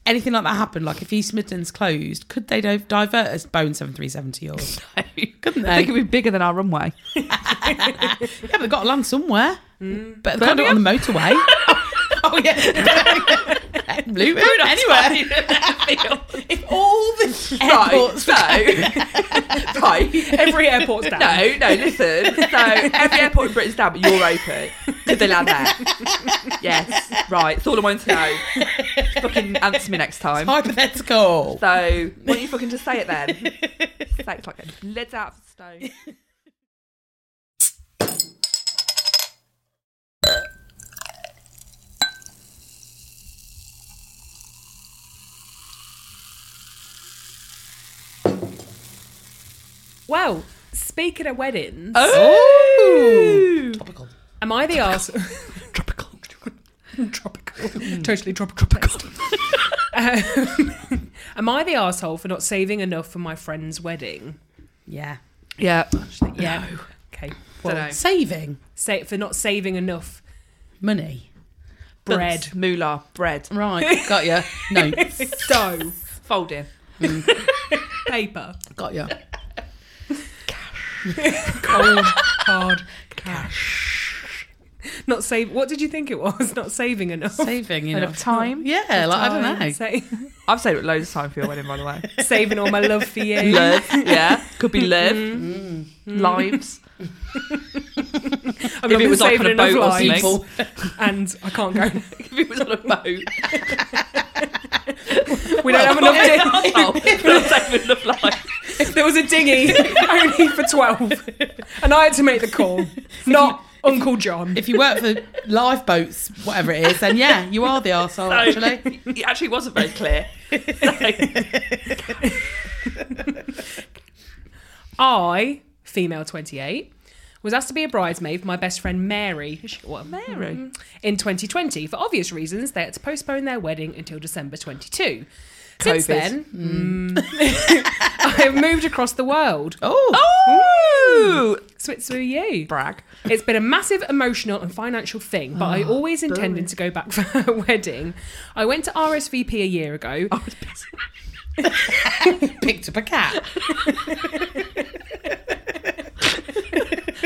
[SPEAKER 3] anything like that happened? Like if East Midlands closed, could they di- divert us Bone seven three seven to yours? Couldn't
[SPEAKER 1] I
[SPEAKER 3] they?
[SPEAKER 1] think it'd be bigger than our runway.
[SPEAKER 3] yeah, but they've got to land somewhere. But they can't do it on the motorway. Mm. oh yeah. Blue anyway. If all the
[SPEAKER 1] Right,
[SPEAKER 3] airports
[SPEAKER 1] so right.
[SPEAKER 2] Every airport's down.
[SPEAKER 1] No, no, listen. So every airport in Britain's down, but you're open. Did they land there? Yes. Right. It's all I want to know. Fucking answer me next time.
[SPEAKER 3] hypothetical.
[SPEAKER 1] So why don't you fucking just say it then? Say it's like a lead out of the stone.
[SPEAKER 2] Well, speaking of weddings,
[SPEAKER 3] Oh.
[SPEAKER 1] Oh.
[SPEAKER 3] Tropical.
[SPEAKER 2] am I the arse?
[SPEAKER 3] Tropical.
[SPEAKER 2] tropical, totally tropical. Tropical. um, am I the asshole for not saving enough for my friend's wedding?
[SPEAKER 3] Yeah.
[SPEAKER 1] Yeah.
[SPEAKER 2] Yeah. Okay. Well,
[SPEAKER 1] Dunno.
[SPEAKER 3] Saving
[SPEAKER 2] say, for not saving enough
[SPEAKER 3] money.
[SPEAKER 2] bread.
[SPEAKER 1] Moolah. Bread.
[SPEAKER 3] Right. Got you. Notes.
[SPEAKER 2] Dough,
[SPEAKER 1] Folding.
[SPEAKER 2] paper,
[SPEAKER 3] Got you.
[SPEAKER 2] cold, hard cash. Not save. What did you think it was? Not saving enough.
[SPEAKER 3] Saving
[SPEAKER 1] Enough
[SPEAKER 3] enough.
[SPEAKER 1] time.
[SPEAKER 3] Yeah, like I don't know.
[SPEAKER 2] Sa-
[SPEAKER 1] I've saved it loads of time for your wedding, by the way.
[SPEAKER 2] saving all my love for you.
[SPEAKER 1] Love. Yeah. Could be love. Mm-hmm. Lives.
[SPEAKER 2] I
[SPEAKER 1] If
[SPEAKER 2] mean,
[SPEAKER 1] it was, like, on a boat or something.
[SPEAKER 2] people, and I can't go.
[SPEAKER 1] if it was on a boat.
[SPEAKER 2] We don't have enough.
[SPEAKER 1] enough life.
[SPEAKER 2] If the There was a dinghy only for 12. And I had to make the call, not Uncle John.
[SPEAKER 3] If you work for lifeboats, whatever it is, then yeah, you are the arsehole, actually.
[SPEAKER 1] It actually wasn't very clear.
[SPEAKER 2] I, female 28, was asked to be a bridesmaid for my best friend Mary. Has she got one?
[SPEAKER 1] Mary.
[SPEAKER 2] In 2020. For obvious reasons, they had to postpone their wedding until December 22.
[SPEAKER 1] COVID.
[SPEAKER 2] Since then, mm, I have moved across the world.
[SPEAKER 3] Oh,
[SPEAKER 1] Oh,
[SPEAKER 2] So it's with you.
[SPEAKER 1] brag.
[SPEAKER 2] It's been a massive emotional and financial thing, but I always intended to go back for her wedding. I went to RSVP a year ago.
[SPEAKER 1] I was busy.
[SPEAKER 3] picked up a cat.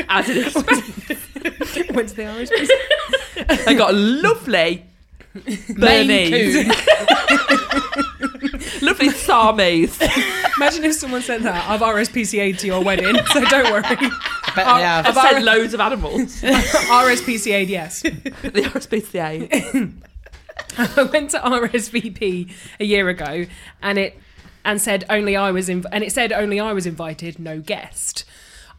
[SPEAKER 1] I didn't expect-
[SPEAKER 2] went to the RSVP.
[SPEAKER 1] They got a lovely Bernese,
[SPEAKER 3] Maine Coon.
[SPEAKER 1] lovely Sarmese.
[SPEAKER 2] Imagine if someone said that. I've RSPCA'd to your wedding, so don't worry.
[SPEAKER 3] I bet they have.
[SPEAKER 1] I've said loads of animals.
[SPEAKER 2] RSPCA'd, yes.
[SPEAKER 1] the RSPCA.
[SPEAKER 2] I went to RSVP a year ago, and it and said only I was inv- and it said only I was invited, no guest.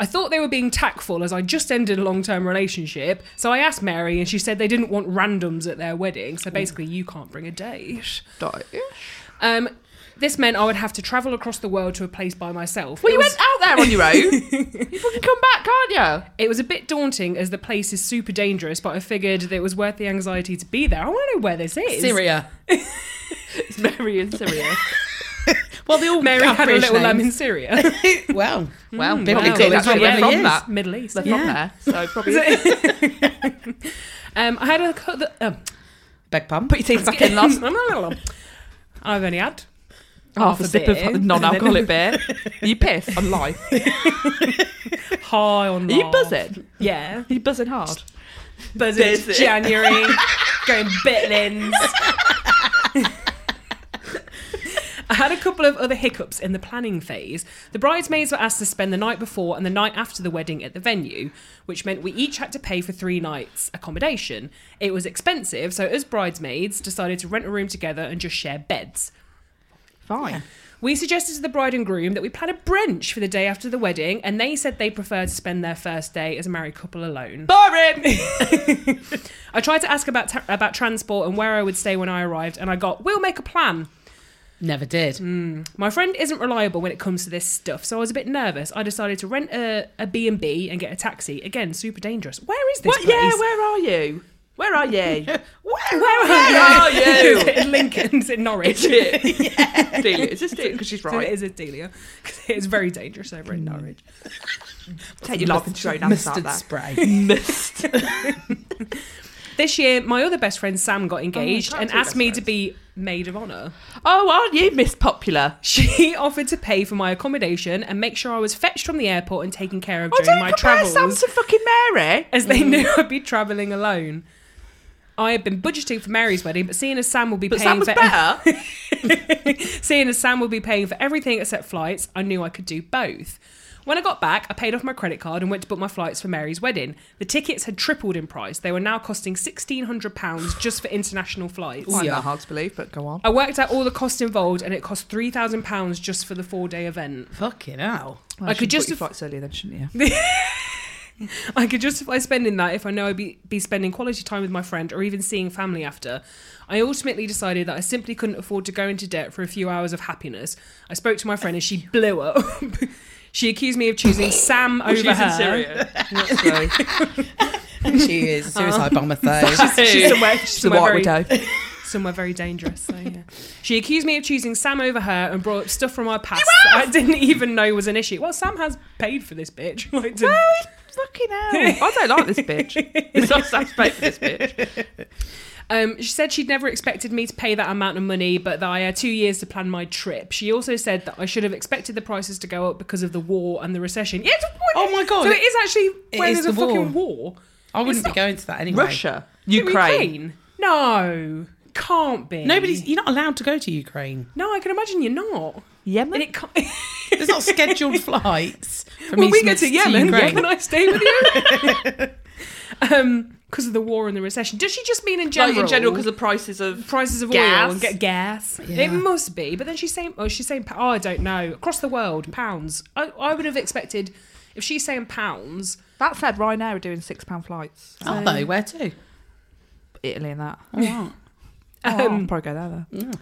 [SPEAKER 2] I thought they were being tactful as I just ended a long-term relationship, so I asked Mary, and she said they didn't want randoms at their wedding. So basically, you can't bring a date. Um, this meant I would have to travel across the world to a place by myself.
[SPEAKER 1] Well,
[SPEAKER 2] It
[SPEAKER 1] you
[SPEAKER 2] was-
[SPEAKER 1] went out there on your own. you fucking come back, can't you?
[SPEAKER 2] It was a bit daunting as the place is super dangerous, but I figured that it was worth the anxiety to be there. I want to know where this is.
[SPEAKER 3] Syria.
[SPEAKER 1] It's Mary and Syria.
[SPEAKER 3] Well, they all
[SPEAKER 2] Mary
[SPEAKER 3] have
[SPEAKER 2] had a
[SPEAKER 3] British
[SPEAKER 2] little lamb in
[SPEAKER 3] names.
[SPEAKER 2] Syria.
[SPEAKER 3] Well,
[SPEAKER 1] well,
[SPEAKER 3] biblically,
[SPEAKER 1] probably
[SPEAKER 3] that's
[SPEAKER 1] actually
[SPEAKER 3] what
[SPEAKER 1] they're
[SPEAKER 3] it
[SPEAKER 1] from
[SPEAKER 3] is.
[SPEAKER 1] that.
[SPEAKER 2] Middle East.
[SPEAKER 1] They're from
[SPEAKER 3] Yeah.
[SPEAKER 1] there, so probably.
[SPEAKER 2] Um, I had a cu- the, um,
[SPEAKER 3] beg pardon.
[SPEAKER 1] Put your teeth back in, love.
[SPEAKER 2] I've only had
[SPEAKER 1] Half a
[SPEAKER 2] Half a
[SPEAKER 1] sip
[SPEAKER 2] beer.
[SPEAKER 1] of non-alcoholic beer. You piss on life.
[SPEAKER 2] high on.
[SPEAKER 1] Are you
[SPEAKER 2] life.
[SPEAKER 1] buzzing?
[SPEAKER 2] Yeah,
[SPEAKER 1] Are you buzzing hard?
[SPEAKER 2] buzzing.
[SPEAKER 1] Buzzing.
[SPEAKER 2] It's January, going bitlins. I had a couple of other hiccups in the planning phase. The bridesmaids were asked to spend the night before and the night after the wedding at the venue, which meant we each had to pay for three nights' accommodation. It was expensive, so as bridesmaids, decided to rent a room together and just share beds.
[SPEAKER 1] Fine.
[SPEAKER 2] We suggested to the bride and groom that we plan a brunch for the day after the wedding, and they said they prefer to spend their first day as a married couple
[SPEAKER 1] Boring.
[SPEAKER 2] alone. I tried to ask about ta- about transport and where I would stay when I arrived, and I got, "We'll make a plan."
[SPEAKER 3] Never did.
[SPEAKER 2] Mm, My friend isn't reliable when it comes to this stuff, so I was a bit nervous. I decided to rent a, a B&B and get a taxi. Again, super dangerous. Where is this
[SPEAKER 1] What?
[SPEAKER 2] place?
[SPEAKER 1] Yeah. Where are you? Where are you?
[SPEAKER 3] Where,
[SPEAKER 1] Where are
[SPEAKER 2] Is
[SPEAKER 1] you?
[SPEAKER 2] it in Lincoln? Is it Norwich?
[SPEAKER 1] It's it. Delia, It's just it because she's
[SPEAKER 2] So it
[SPEAKER 1] right.
[SPEAKER 2] is a Delia. 'Cause it is very dangerous over
[SPEAKER 1] Hmm.
[SPEAKER 2] in Norwich.
[SPEAKER 1] Take your life into your own hands out
[SPEAKER 3] Mustard
[SPEAKER 1] there.
[SPEAKER 3] spray.
[SPEAKER 1] Mist.
[SPEAKER 2] This year, my other best friend Sam
[SPEAKER 1] Oh,
[SPEAKER 2] got engaged
[SPEAKER 1] can't
[SPEAKER 2] and
[SPEAKER 1] do
[SPEAKER 2] asked
[SPEAKER 1] best
[SPEAKER 2] me to
[SPEAKER 1] friends.
[SPEAKER 2] be maid of honour.
[SPEAKER 1] Oh, aren't you Miss Popular?
[SPEAKER 2] She offered to pay for my accommodation and make sure I was fetched from the airport and taken care of
[SPEAKER 1] I
[SPEAKER 2] during
[SPEAKER 1] Oh, don't
[SPEAKER 2] my
[SPEAKER 1] compare
[SPEAKER 2] travels.
[SPEAKER 1] Sam to fucking Mary.
[SPEAKER 2] as they knew I'd be travelling alone. I had been budgeting for Mary's wedding, but seeing as Sam will be
[SPEAKER 1] But Sam
[SPEAKER 2] paying
[SPEAKER 1] was
[SPEAKER 2] for
[SPEAKER 1] better.
[SPEAKER 2] seeing as Sam will be paying for everything except flights, I knew I could do both. When I got back, I paid off my credit card and went to book my flights for Mary's wedding. The tickets had tripled in price. They were now costing £1,600 just for international flights.
[SPEAKER 1] Well,
[SPEAKER 3] Yeah.
[SPEAKER 1] hard to believe, but go on.
[SPEAKER 2] I worked out all the costs involved and it cost £3,000 just for the four day event.
[SPEAKER 3] Fucking hell.
[SPEAKER 1] Well,
[SPEAKER 2] I
[SPEAKER 1] you
[SPEAKER 2] could
[SPEAKER 1] should
[SPEAKER 2] just
[SPEAKER 1] book your
[SPEAKER 2] have-
[SPEAKER 1] flights earlier then, shouldn't you?
[SPEAKER 2] I could justify spending that if I know I'd be, be spending quality time with my friend or even seeing family after. I ultimately decided that I simply couldn't afford to go into debt for a few hours of happiness. I spoke to my friend and she blew up. she accused me of choosing Sam over her.
[SPEAKER 3] And she is a
[SPEAKER 2] Oh.
[SPEAKER 3] suicide bomber, though.
[SPEAKER 2] She's somewhere, she's
[SPEAKER 1] She's a white
[SPEAKER 2] somewhere, very,
[SPEAKER 1] widow.
[SPEAKER 2] somewhere very dangerous. So, yeah. She accused me of choosing Sam over her and brought up stuff from our past that I didn't even know was an issue. Well, Sam has paid for this bitch. Like, to-
[SPEAKER 1] Fucking hell. I don't like this bitch. It's not Sam's bait for this bitch.
[SPEAKER 2] Um, she said she'd never expected me to pay that amount of money, but that I had two years to plan my trip. She also said that I should have expected the prices to go up because of the war and the recession. Yeah, it's a-
[SPEAKER 3] Oh my God.
[SPEAKER 2] So it is actually
[SPEAKER 3] It
[SPEAKER 2] where
[SPEAKER 3] is
[SPEAKER 2] there's a
[SPEAKER 3] the war.
[SPEAKER 2] fucking war.
[SPEAKER 3] I wouldn't be
[SPEAKER 2] not-
[SPEAKER 3] going to that anyway.
[SPEAKER 1] Russia.
[SPEAKER 2] In
[SPEAKER 1] Ukraine.
[SPEAKER 2] No, can't be.
[SPEAKER 3] Nobody's. You're not allowed to go to Ukraine.
[SPEAKER 2] No, I can imagine you're not.
[SPEAKER 1] Yemen.
[SPEAKER 2] And it can't.
[SPEAKER 3] There's not scheduled flights from
[SPEAKER 2] when
[SPEAKER 3] East
[SPEAKER 2] we go
[SPEAKER 3] Mid
[SPEAKER 2] to Yemen, yeah,
[SPEAKER 3] Ukraine.
[SPEAKER 2] can I stay with you? um, because of the war and the recession. Does she just mean in general?
[SPEAKER 1] Like in general, because the prices of
[SPEAKER 2] prices of
[SPEAKER 1] Gas.
[SPEAKER 2] oil and get gas.
[SPEAKER 3] Yeah.
[SPEAKER 2] It must be. But then she's saying, oh, she's saying, oh, I don't know. Across the world, pounds. I, I would have expected if she's saying pounds.
[SPEAKER 1] that said, Ryanair are doing six pound flights.
[SPEAKER 3] Are they? Where to?
[SPEAKER 1] Italy and that.
[SPEAKER 3] All right.
[SPEAKER 1] Oh, I'll probably go there. Though.
[SPEAKER 2] um,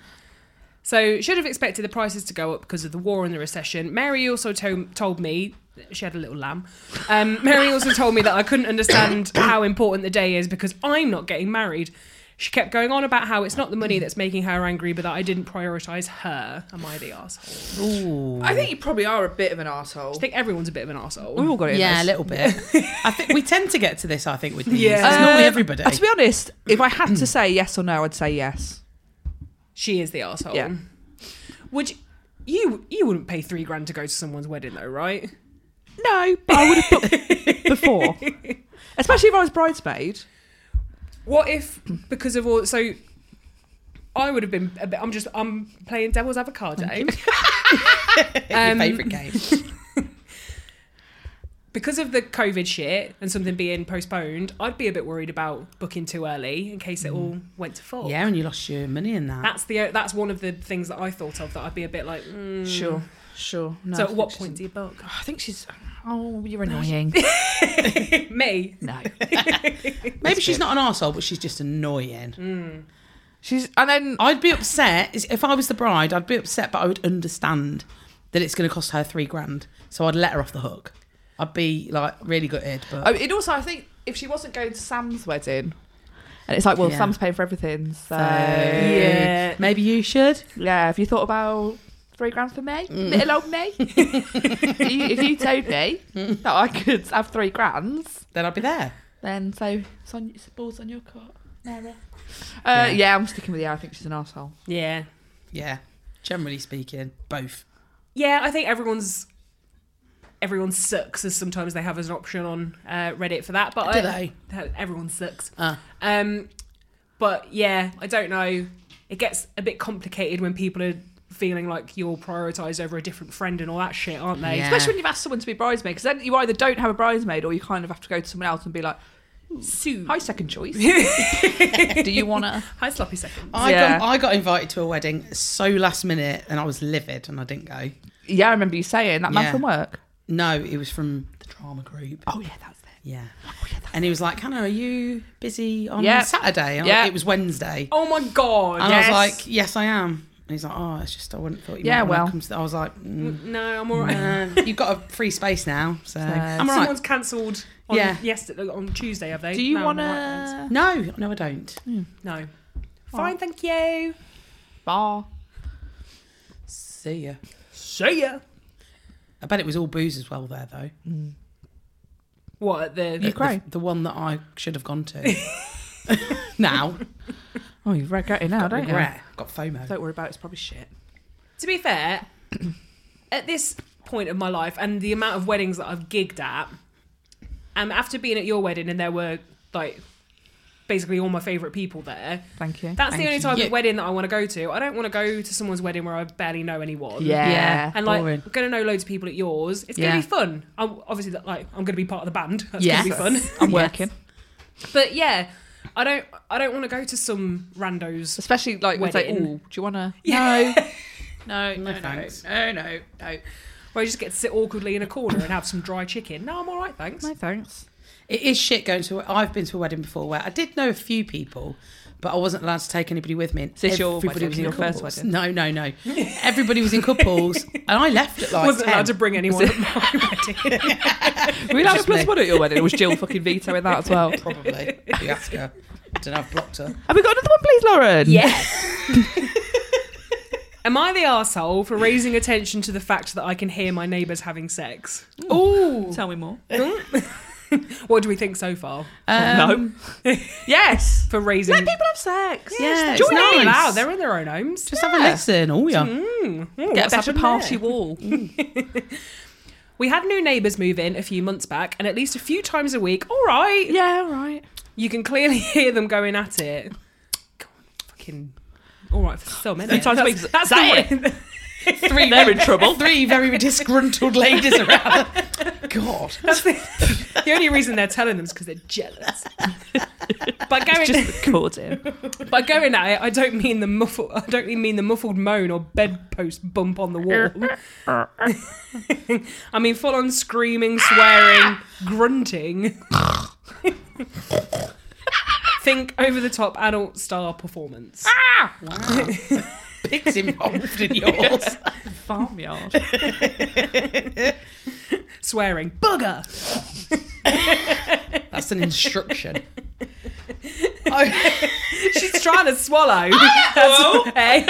[SPEAKER 2] So should have expected the prices to go up because of the war and the recession. Mary also to- told me she had a little lamb. Um, Mary also told me that I couldn't understand how important the day is because I'm not getting married. She kept going on about how it's not the money that's making her angry, but that I didn't prioritise her. Am I the asshole?
[SPEAKER 3] Ooh.
[SPEAKER 1] I think you probably are a bit of an asshole.
[SPEAKER 2] I think everyone's a bit of an asshole.
[SPEAKER 1] we all got it. in
[SPEAKER 3] Yeah,
[SPEAKER 1] us.
[SPEAKER 3] a little bit. I think we tend to get to this. I think with these.
[SPEAKER 2] Yeah.
[SPEAKER 3] Yeah, it's normally
[SPEAKER 1] Um,
[SPEAKER 3] everybody.
[SPEAKER 1] uh, to be honest, if I had to say yes or no, I'd say yes.
[SPEAKER 2] She is the asshole.
[SPEAKER 1] Yeah.
[SPEAKER 2] Would you, you you wouldn't pay three grand to go to someone's wedding though, right?
[SPEAKER 1] No, but I would have put before, especially if I was bridesmaid.
[SPEAKER 2] What if because of all so I would have been a bit I'm just I'm playing devil's avocado. Um,
[SPEAKER 3] Your favourite game.
[SPEAKER 2] because of the COVID shit and something being postponed, I'd be a bit worried about booking too early in case it
[SPEAKER 1] Mm.
[SPEAKER 2] all went to fuck.
[SPEAKER 3] Yeah, and you lost your money in that.
[SPEAKER 2] That's the that's one of the things that I thought of that I'd be a bit like mm.
[SPEAKER 1] Sure, sure. No, I
[SPEAKER 2] So at what
[SPEAKER 1] think
[SPEAKER 2] point do
[SPEAKER 1] she's-
[SPEAKER 2] you book?
[SPEAKER 1] I think she's. Oh, you're annoying.
[SPEAKER 2] Me.
[SPEAKER 1] no,
[SPEAKER 3] Maybe she's not an arsehole, but she's just annoying.
[SPEAKER 2] Mm.
[SPEAKER 1] she's. And then
[SPEAKER 3] I'd be upset is- if I was the bride. I'd be upset, but I would understand that it's going to cost her three grand, so I'd let her off the hook. I'd be like really gutted, but
[SPEAKER 1] oh, it also, I think, if she wasn't going to Sam's wedding, and it's like, well,
[SPEAKER 3] Yeah.
[SPEAKER 1] Sam's paying for everything, so
[SPEAKER 2] Yeah.
[SPEAKER 3] maybe you should.
[SPEAKER 1] Yeah, have you thought about three grand for me? Little old me? if, you, if you told me that I could have three grands,
[SPEAKER 3] Then I'd be there.
[SPEAKER 1] then so it's, on, it's the ball's on your court, Mary.
[SPEAKER 3] Yeah.
[SPEAKER 1] Uh, yeah. I'm sticking with you. I think she's an asshole.
[SPEAKER 2] Yeah.
[SPEAKER 3] Yeah, generally speaking, both.
[SPEAKER 2] Yeah, I think everyone's everyone sucks as sometimes they have as an option on uh, Reddit for that. But
[SPEAKER 3] Do
[SPEAKER 2] I-
[SPEAKER 3] they?
[SPEAKER 2] everyone sucks.
[SPEAKER 3] Ah.
[SPEAKER 2] Um, but yeah, I don't know. It gets a bit complicated when people are feeling like you're prioritised over a different friend and all that shit, aren't they?
[SPEAKER 3] Yeah.
[SPEAKER 1] Especially when you've asked someone to be bridesmaid, because then you either don't have a bridesmaid or you kind of have to go to someone else and be like,
[SPEAKER 2] Sue.
[SPEAKER 1] hi, second choice. Do you want to?
[SPEAKER 2] Hi, sloppy seconds.
[SPEAKER 3] I
[SPEAKER 1] Yeah.
[SPEAKER 3] got I got invited to a wedding so last minute, and I was livid, and I didn't go.
[SPEAKER 1] Yeah, I remember you saying that man
[SPEAKER 3] Yeah.
[SPEAKER 1] from work.
[SPEAKER 3] No, it was from the drama group. Oh,
[SPEAKER 1] Oh, yeah, that's it.
[SPEAKER 3] Yeah. And he was like, Hannah, are you busy on
[SPEAKER 1] Yep.
[SPEAKER 3] Saturday? And I-
[SPEAKER 1] Yep.
[SPEAKER 3] It was Wednesday.
[SPEAKER 2] oh my god.
[SPEAKER 3] and I
[SPEAKER 2] yes.
[SPEAKER 3] was like, yes, I am. And he's like, oh, it's just, I wouldn't thought you
[SPEAKER 1] Yeah,
[SPEAKER 3] might wanna
[SPEAKER 1] well.
[SPEAKER 3] come to-" I was like, mm,
[SPEAKER 2] no, I'm alright.
[SPEAKER 3] uh, you've got a free space now. So I'm all right.
[SPEAKER 2] Someone's cancelled on
[SPEAKER 3] Yeah.
[SPEAKER 2] yesterday on Tuesday, have they?
[SPEAKER 1] Do you
[SPEAKER 2] No, I'm
[SPEAKER 1] want
[SPEAKER 2] alright,
[SPEAKER 1] to?
[SPEAKER 3] No, no, I don't.
[SPEAKER 2] thanks. No. Fine, thank you.
[SPEAKER 1] Bar.
[SPEAKER 3] See ya.
[SPEAKER 2] See ya.
[SPEAKER 3] I bet it was all booze as well there, though.
[SPEAKER 2] What at the
[SPEAKER 3] The-
[SPEAKER 1] Ukraine?
[SPEAKER 3] The, the one that I should have gone to. now.
[SPEAKER 1] Oh, you regret it now,
[SPEAKER 3] Got
[SPEAKER 1] don't
[SPEAKER 3] regret. Got FOMO.
[SPEAKER 1] you? Don't worry about it. It's probably shit.
[SPEAKER 2] To be fair, at this point of my life and the amount of weddings that I've gigged at, um, after being at your wedding and there were like basically all my favourite people there,
[SPEAKER 1] Thank you.
[SPEAKER 2] that's
[SPEAKER 3] Thank
[SPEAKER 2] the only type
[SPEAKER 3] you.
[SPEAKER 2] of wedding that I want to go to. I don't want to go to someone's wedding where I barely know anyone.
[SPEAKER 1] Yeah.
[SPEAKER 2] And like,
[SPEAKER 3] boring.
[SPEAKER 2] I'm gonna know loads of people at yours. It's
[SPEAKER 3] Yeah.
[SPEAKER 2] gonna be fun. I'm obviously like, I'm gonna be part of the band. That's
[SPEAKER 3] Yeah.
[SPEAKER 2] gonna be fun.
[SPEAKER 1] I'm
[SPEAKER 3] Yes.
[SPEAKER 1] working.
[SPEAKER 2] But yeah, I don't, I don't want to go to some randos.
[SPEAKER 1] Especially like when it's like, oh,
[SPEAKER 2] Wedding.
[SPEAKER 1] do you want to?
[SPEAKER 2] Yeah.
[SPEAKER 1] No,
[SPEAKER 3] No, thanks.
[SPEAKER 1] No, no, no.
[SPEAKER 2] Where I just get to sit awkwardly in a corner and have some dry chicken. No, I'm all right, thanks.
[SPEAKER 1] No, thanks.
[SPEAKER 3] It is shit going to. I've been to a wedding before where I did know a few people, but I wasn't allowed to take anybody with me. And
[SPEAKER 1] Is this your
[SPEAKER 3] everybody
[SPEAKER 1] wedding? Your first
[SPEAKER 3] couples.
[SPEAKER 1] wedding?
[SPEAKER 3] No, no, no. everybody was in couples, and I left at like
[SPEAKER 2] wasn't
[SPEAKER 3] 10.
[SPEAKER 2] allowed to bring anyone at my wedding.
[SPEAKER 1] Were you allowed a
[SPEAKER 3] Just
[SPEAKER 1] plus
[SPEAKER 3] me.
[SPEAKER 1] one at your wedding? Or was Jill fucking vetoing that as well?
[SPEAKER 3] Probably. You ask her. I don't know. I've blocked her.
[SPEAKER 1] Have we got another one, please, Lauren?
[SPEAKER 2] Yes. Am I the asshole for raising attention to the fact that I can hear my neighbours having sex?
[SPEAKER 1] Ooh. Tell me more.
[SPEAKER 2] What do we think so far
[SPEAKER 3] Um,
[SPEAKER 1] no. Um, yes.
[SPEAKER 2] for raising?
[SPEAKER 1] Let people have sex.
[SPEAKER 3] Yeah, it's
[SPEAKER 2] Join
[SPEAKER 3] nice.
[SPEAKER 2] in. Wow, they're in their own homes. Hmm.
[SPEAKER 3] Just have a listen. Oh
[SPEAKER 1] Mm.
[SPEAKER 3] yeah.
[SPEAKER 2] Ooh,
[SPEAKER 1] Get
[SPEAKER 2] what's
[SPEAKER 1] a better
[SPEAKER 2] happened
[SPEAKER 1] party
[SPEAKER 2] there?
[SPEAKER 1] wall.
[SPEAKER 2] We had new neighbours move in a few months back, and at least a few times a week. All right,
[SPEAKER 1] yeah, right.
[SPEAKER 2] you can clearly hear them going at it. God, fucking. All right, for so many.
[SPEAKER 1] times a week.
[SPEAKER 2] That's, that's
[SPEAKER 1] That
[SPEAKER 2] the one.
[SPEAKER 1] Three, they're in trouble.
[SPEAKER 3] Three very disgruntled ladies around. God.
[SPEAKER 2] That's the, the only reason they're telling them is because they're jealous. By going,
[SPEAKER 1] Just caught in.
[SPEAKER 2] by going at it, I don't mean the muffled. I don't mean the muffled moan or bedpost bump on the wall. I mean full on screaming, swearing, grunting. Think over the top adult star performance.
[SPEAKER 3] Wow. Pigs involved in yours.
[SPEAKER 1] Farmyard.
[SPEAKER 2] Swearing, bugger.
[SPEAKER 3] That's an instruction.
[SPEAKER 2] She's trying to swallow. That's- hey.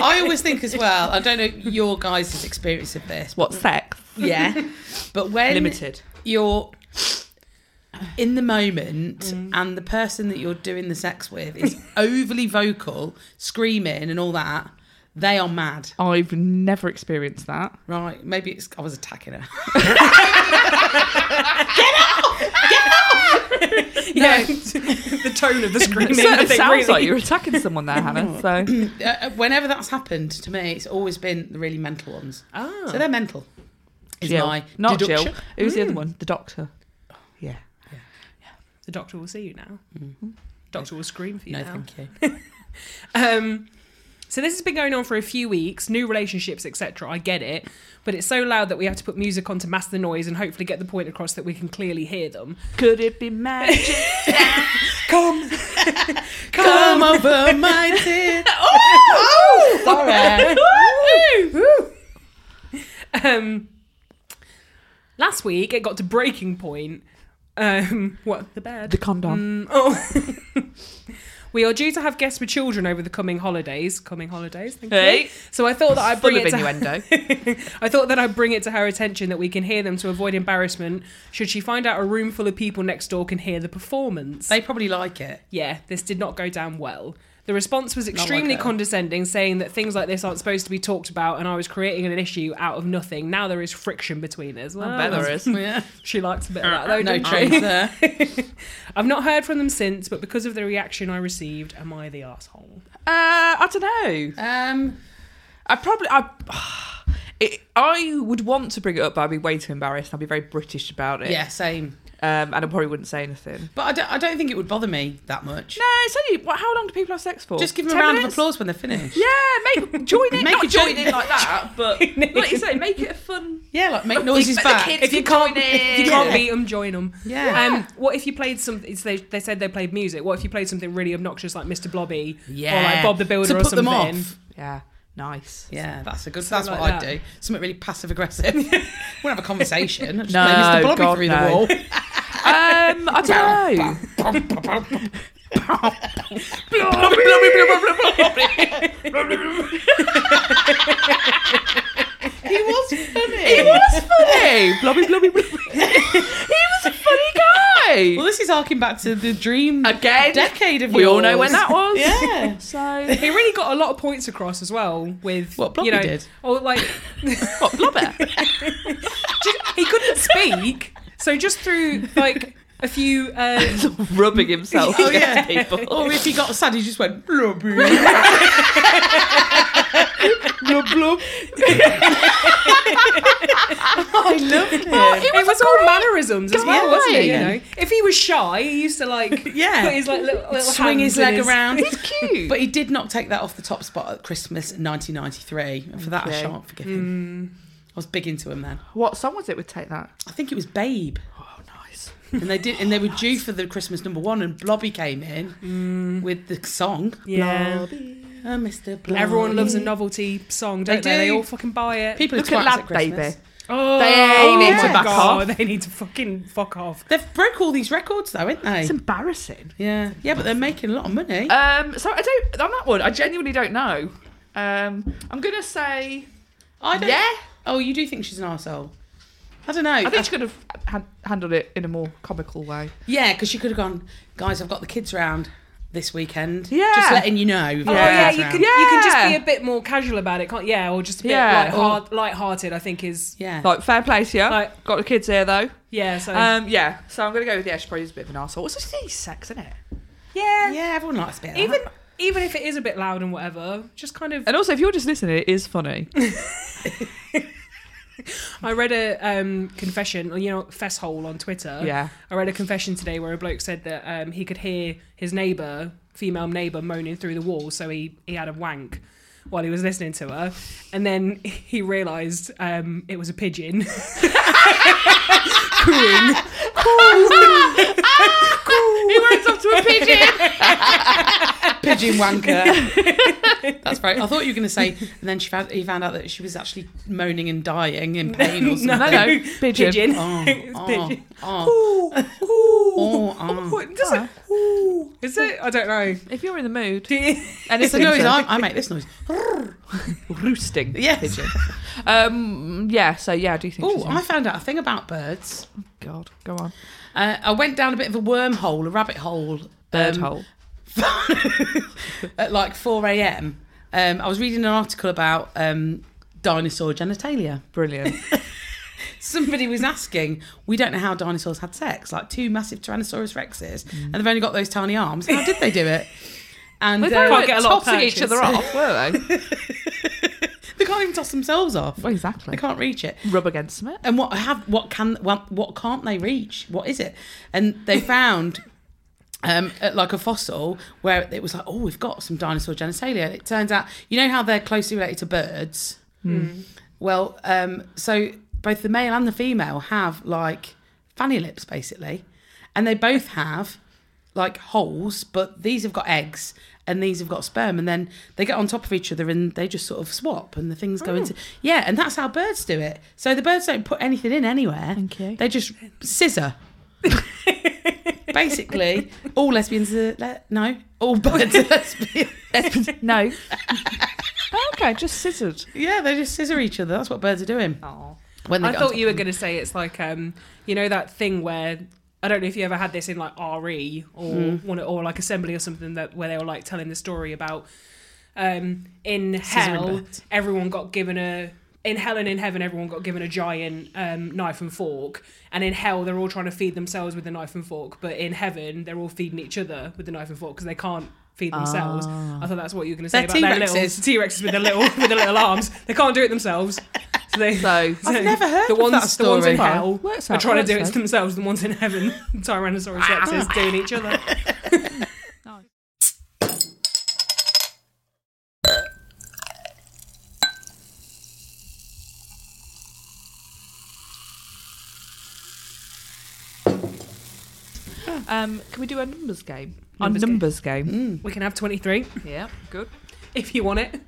[SPEAKER 3] I always think as well, I don't know your guys' experience of this.
[SPEAKER 1] What sex?
[SPEAKER 3] Yeah. But when
[SPEAKER 1] Limited.
[SPEAKER 3] you're in the moment and the person that you're doing the sex with is overly vocal, screaming and all that, they are mad.
[SPEAKER 1] I've never experienced that.
[SPEAKER 3] Right. Maybe it's I was attacking her.
[SPEAKER 2] Yeah, the tone of the screaming.
[SPEAKER 1] It certainly
[SPEAKER 2] I think,
[SPEAKER 1] sounds
[SPEAKER 2] really.
[SPEAKER 1] like you're attacking someone there, Hannah. So
[SPEAKER 3] Uh, whenever that's happened to me, it's always been the really mental ones.
[SPEAKER 2] Ah.
[SPEAKER 3] So they're mental. Is
[SPEAKER 1] Jill.
[SPEAKER 3] my
[SPEAKER 1] not
[SPEAKER 3] deduction. Hmm.
[SPEAKER 1] Jill. Who's the other one? The doctor. Yeah.
[SPEAKER 2] the doctor will see you now.
[SPEAKER 1] Mm-hmm.
[SPEAKER 2] Doctor will scream for you
[SPEAKER 3] No,
[SPEAKER 2] now.
[SPEAKER 3] thank you.
[SPEAKER 2] Um, so this has been going on for a few weeks, new relationships, etc. I get it, but it's so loud that we have to put music on to mask the noise and hopefully get the point across that we can clearly hear them.
[SPEAKER 1] Could it be magic?
[SPEAKER 2] Come,
[SPEAKER 3] Come over my tit. Sorry.
[SPEAKER 2] um, last week it got to breaking point. Um, what the bed?
[SPEAKER 1] the
[SPEAKER 3] Hmm.
[SPEAKER 1] condom.
[SPEAKER 2] Mm, oh. We are due to have guests with children over the coming holidays. Coming holidays, thank you.
[SPEAKER 1] Hey.
[SPEAKER 2] So I thought that I'd bring
[SPEAKER 1] Full of
[SPEAKER 2] it to
[SPEAKER 1] innuendo. Uh,
[SPEAKER 2] I thought that I'd bring it to her attention that we can hear them to avoid embarrassment should she find out a room full of people next door can hear the performance.
[SPEAKER 3] They probably like it.
[SPEAKER 2] yeah, this did not go down well. The response was
[SPEAKER 3] like
[SPEAKER 2] extremely
[SPEAKER 3] her.
[SPEAKER 2] condescending, saying that things like this aren't supposed to be talked about and I was creating an issue out of nothing. Now there is friction between us. Well,
[SPEAKER 1] bet there is.
[SPEAKER 3] Yeah.
[SPEAKER 2] She likes a bit of that though,
[SPEAKER 3] No
[SPEAKER 2] doesn't she?
[SPEAKER 3] trains there.
[SPEAKER 2] I've not heard from them since, but because of the reaction I received, am I the asshole?
[SPEAKER 1] Uh, I don't know.
[SPEAKER 3] Um,
[SPEAKER 1] I probably I. It, I would want to bring it up, but I'd be way too embarrassed. I'd be very British about it.
[SPEAKER 3] yeah, same.
[SPEAKER 1] Um, and I probably wouldn't say anything.
[SPEAKER 3] But I don't, I don't think it would bother me that much.
[SPEAKER 1] No, it's only. What, how long do people have sex for?
[SPEAKER 3] Just give them
[SPEAKER 1] 10
[SPEAKER 3] a round of
[SPEAKER 1] minutes?
[SPEAKER 3] applause when they're finished.
[SPEAKER 1] Yeah, make join it.
[SPEAKER 3] Make
[SPEAKER 1] not
[SPEAKER 3] a
[SPEAKER 1] join
[SPEAKER 3] joke.
[SPEAKER 1] it like that, but like you say, make it a fun.
[SPEAKER 3] Yeah, like make noises
[SPEAKER 1] Expect the
[SPEAKER 3] back.
[SPEAKER 1] kids
[SPEAKER 2] if you
[SPEAKER 1] to join
[SPEAKER 2] can't, if you
[SPEAKER 1] in.
[SPEAKER 2] can't
[SPEAKER 3] Yeah.
[SPEAKER 2] beat them, join them.
[SPEAKER 3] Yeah.
[SPEAKER 2] Um, what if you played some? It's they, they said they played music. What if you played something really obnoxious like Mr. Blobby or like Bob the Builder
[SPEAKER 3] to
[SPEAKER 2] or
[SPEAKER 3] put
[SPEAKER 2] something?
[SPEAKER 3] them off.
[SPEAKER 1] Yeah, nice.
[SPEAKER 3] Yeah, that's a good. That's
[SPEAKER 2] like
[SPEAKER 3] what
[SPEAKER 2] that.
[SPEAKER 3] I'd do. Something really passive aggressive. we'll have a conversation. Just
[SPEAKER 1] No,
[SPEAKER 3] play Mr. Blobby
[SPEAKER 1] God,
[SPEAKER 3] through
[SPEAKER 1] no.
[SPEAKER 3] the
[SPEAKER 1] Um, I don't know.
[SPEAKER 3] wall. he was
[SPEAKER 1] He
[SPEAKER 3] funny.
[SPEAKER 1] was funny. Blobby, blobby, blobby. he was a funny
[SPEAKER 3] Well,
[SPEAKER 1] guy.
[SPEAKER 3] this is harking back to the dream
[SPEAKER 1] Again,
[SPEAKER 3] decade of
[SPEAKER 1] we all know
[SPEAKER 3] yours.
[SPEAKER 1] when that was.
[SPEAKER 3] Yeah.
[SPEAKER 1] So,
[SPEAKER 2] He really got a lot of points across as well with
[SPEAKER 3] What, Blobby
[SPEAKER 2] you know,
[SPEAKER 3] did?
[SPEAKER 2] Or like
[SPEAKER 1] what blubber?
[SPEAKER 2] he couldn't speak, so just through like a few. Uh,
[SPEAKER 1] Rubbing himself
[SPEAKER 3] Oh,
[SPEAKER 1] against
[SPEAKER 3] yeah.
[SPEAKER 1] people.
[SPEAKER 3] Or if he got sad, he just went blub blub.
[SPEAKER 1] blub.
[SPEAKER 3] I loved
[SPEAKER 1] Oh,
[SPEAKER 3] it.
[SPEAKER 1] he
[SPEAKER 2] it was all mannerisms as well,
[SPEAKER 1] guy.
[SPEAKER 2] wasn't it? You know, if he was shy, he used to like
[SPEAKER 3] Yeah.
[SPEAKER 2] put his like little, little
[SPEAKER 3] Swing
[SPEAKER 2] hands
[SPEAKER 3] his
[SPEAKER 2] in
[SPEAKER 3] leg around.
[SPEAKER 1] He's cute.
[SPEAKER 3] But he did not take that off the top spot at Christmas 1993. And for that,
[SPEAKER 1] Okay.
[SPEAKER 3] I shan't forgive him. I was big into him then.
[SPEAKER 1] what song was it would take that?
[SPEAKER 3] I think it was Babe.
[SPEAKER 1] Oh, nice.
[SPEAKER 3] And they did, and they were due for the Christmas number one, and Blobby came in with the song.
[SPEAKER 2] Yeah.
[SPEAKER 3] Oh, Mr. Blobby.
[SPEAKER 2] Everyone loves a novelty song, don't they?
[SPEAKER 3] They do.
[SPEAKER 2] They all fucking buy it.
[SPEAKER 3] People
[SPEAKER 1] Look
[SPEAKER 3] are
[SPEAKER 1] at
[SPEAKER 3] twats
[SPEAKER 1] Lad
[SPEAKER 3] at Christmas.
[SPEAKER 1] Baby.
[SPEAKER 2] Oh,
[SPEAKER 1] They need
[SPEAKER 3] to
[SPEAKER 2] my
[SPEAKER 3] back
[SPEAKER 2] God, They need to fucking fuck off.
[SPEAKER 3] They've broke all these records, though, haven't they?
[SPEAKER 1] It's embarrassing.
[SPEAKER 3] yeah, yeah, but they're making a lot of money.
[SPEAKER 1] Um, so I don't on that one. I genuinely don't know. Um, I'm gonna say
[SPEAKER 3] I don't.
[SPEAKER 1] yeah.
[SPEAKER 3] Oh, you do think she's an arsehole? I don't know. Uh,
[SPEAKER 1] I think she could have han- handled it in a more comical way.
[SPEAKER 3] Yeah, because she could have gone, guys, I've got the kids round this weekend.
[SPEAKER 1] Yeah.
[SPEAKER 3] Just letting you know. we've got
[SPEAKER 2] Oh
[SPEAKER 1] Yeah.
[SPEAKER 3] the kids
[SPEAKER 2] yeah, you can
[SPEAKER 3] round."
[SPEAKER 2] you can just be
[SPEAKER 1] Yeah.
[SPEAKER 2] a bit more casual about it, can't? Yeah, or just a bit
[SPEAKER 1] Yeah,
[SPEAKER 2] like
[SPEAKER 1] or-
[SPEAKER 2] hard, light-hearted. I think is
[SPEAKER 3] Yeah.
[SPEAKER 1] Like fair play to you.
[SPEAKER 2] Like-
[SPEAKER 1] Got the kids here though.
[SPEAKER 2] yeah. So
[SPEAKER 1] Um, yeah. So I'm gonna go with yeah. She probably is a bit of an asshole. It's just easy sex, isn't it?
[SPEAKER 2] yeah,
[SPEAKER 3] yeah, everyone likes a bit of
[SPEAKER 2] even
[SPEAKER 3] that.
[SPEAKER 2] even if it is a bit loud and whatever, just kind of
[SPEAKER 1] And also, if you're just listening, it is funny.
[SPEAKER 2] I read a um, confession, you know, Fesshole on Twitter.
[SPEAKER 1] Yeah.
[SPEAKER 2] I read a confession today where a bloke said that um, he could hear his neighbour, female neighbour, moaning through the wall, so he, he had a wank while he was listening to her. And then he realised um, it was a pigeon. Cooing.
[SPEAKER 1] he went up to a pigeon.
[SPEAKER 3] Pigeon wanker. That's right. I thought you were going to say, and then she found, he found out that she was actually moaning and dying in pain or something.
[SPEAKER 1] No, no, pigeon.
[SPEAKER 2] Pigeon.
[SPEAKER 3] Oh,
[SPEAKER 2] Um, It's
[SPEAKER 3] oh,
[SPEAKER 2] pigeon.
[SPEAKER 3] oh,
[SPEAKER 2] Ooh, ooh,
[SPEAKER 3] oh, oh.
[SPEAKER 2] What does it? Ooh, is it? I don't know.
[SPEAKER 1] If you're in the mood,
[SPEAKER 2] Do you-
[SPEAKER 1] and it's
[SPEAKER 3] It's a noise. I, I make this noise.
[SPEAKER 1] roosting
[SPEAKER 3] Yes.
[SPEAKER 1] pigeon. Um, yeah. So yeah, I do think.
[SPEAKER 3] Oh,
[SPEAKER 1] she's-
[SPEAKER 3] I found out a thing about birds.
[SPEAKER 1] God, go on.
[SPEAKER 3] Uh, I went down a bit of a wormhole, a rabbit hole.
[SPEAKER 1] Bird
[SPEAKER 3] um,
[SPEAKER 1] hole.
[SPEAKER 3] at like 4 a.m. Um, I was reading an article about um, dinosaur genitalia.
[SPEAKER 1] Brilliant.
[SPEAKER 3] Somebody was asking, we don't know how dinosaurs had sex, like two massive Tyrannosaurus rexes, and they've only got those tiny arms. How did they do it? And
[SPEAKER 1] Well,
[SPEAKER 3] they,
[SPEAKER 1] they
[SPEAKER 3] uh,
[SPEAKER 1] were
[SPEAKER 2] can't get a lot of
[SPEAKER 1] tossing each
[SPEAKER 2] purchase.
[SPEAKER 1] other off, were they?
[SPEAKER 3] they can't even toss themselves off.
[SPEAKER 1] well,
[SPEAKER 3] They
[SPEAKER 1] exactly.
[SPEAKER 3] can't reach it.
[SPEAKER 1] Rub against it.
[SPEAKER 3] And what have what can what, what can't they reach? What is it? And they found um at like a fossil where it was like, oh, we've got some dinosaur genitalia. And it turns out, you know how they're closely related to birds. Well, um, so both the male and the female have like fanny lips basically, and they both have like holes, but these have got eggs and these have got sperm, and then they get on top of each other and they just sort of swap, and the things go into yeah, and that's how birds do it. So the birds don't put anything in anywhere;
[SPEAKER 1] Thank you.
[SPEAKER 3] they just scissor. basically, all lesbians are le- no, all birds are lesbians.
[SPEAKER 1] no. Oh, okay, just scissored.
[SPEAKER 3] Yeah, they just scissor each other. That's what birds are doing.
[SPEAKER 1] Oh.
[SPEAKER 3] When they
[SPEAKER 2] I
[SPEAKER 3] get on
[SPEAKER 2] thought
[SPEAKER 3] top
[SPEAKER 2] you were
[SPEAKER 3] of them.
[SPEAKER 2] going to say it's like um, you know that thing where I don't know if you ever had this in like RE or
[SPEAKER 3] Hmm.
[SPEAKER 2] one or like Assembly or something that where they were like telling the story about um, in hell
[SPEAKER 3] birds.
[SPEAKER 2] everyone got given a in hell and in heaven everyone got given a giant um, knife and fork and in hell they're all trying to feed themselves with the knife and fork but in heaven they're all feeding each other with the knife and fork because they can't feed themselves. I thought that's what you were going to say
[SPEAKER 3] Ah. They're
[SPEAKER 2] about their little
[SPEAKER 3] T-Rexes.
[SPEAKER 2] T-Rexes with their little with their little arms. They can't do it themselves. So they
[SPEAKER 1] So,
[SPEAKER 3] I've never heard
[SPEAKER 2] the
[SPEAKER 3] of
[SPEAKER 2] ones,
[SPEAKER 3] that
[SPEAKER 2] The ones in
[SPEAKER 3] story.
[SPEAKER 2] hell
[SPEAKER 1] Works
[SPEAKER 2] are
[SPEAKER 1] out,
[SPEAKER 2] trying to
[SPEAKER 1] works
[SPEAKER 2] do it to
[SPEAKER 1] out. Ah.
[SPEAKER 2] themselves. The ones in heaven, Tyrannosaurus Rexes, doing each other.
[SPEAKER 1] um, can we do a numbers game? Mm.
[SPEAKER 2] Numbers
[SPEAKER 1] a
[SPEAKER 2] game.
[SPEAKER 1] numbers game.
[SPEAKER 2] We can have 23
[SPEAKER 1] Yeah, good.
[SPEAKER 2] if you want it.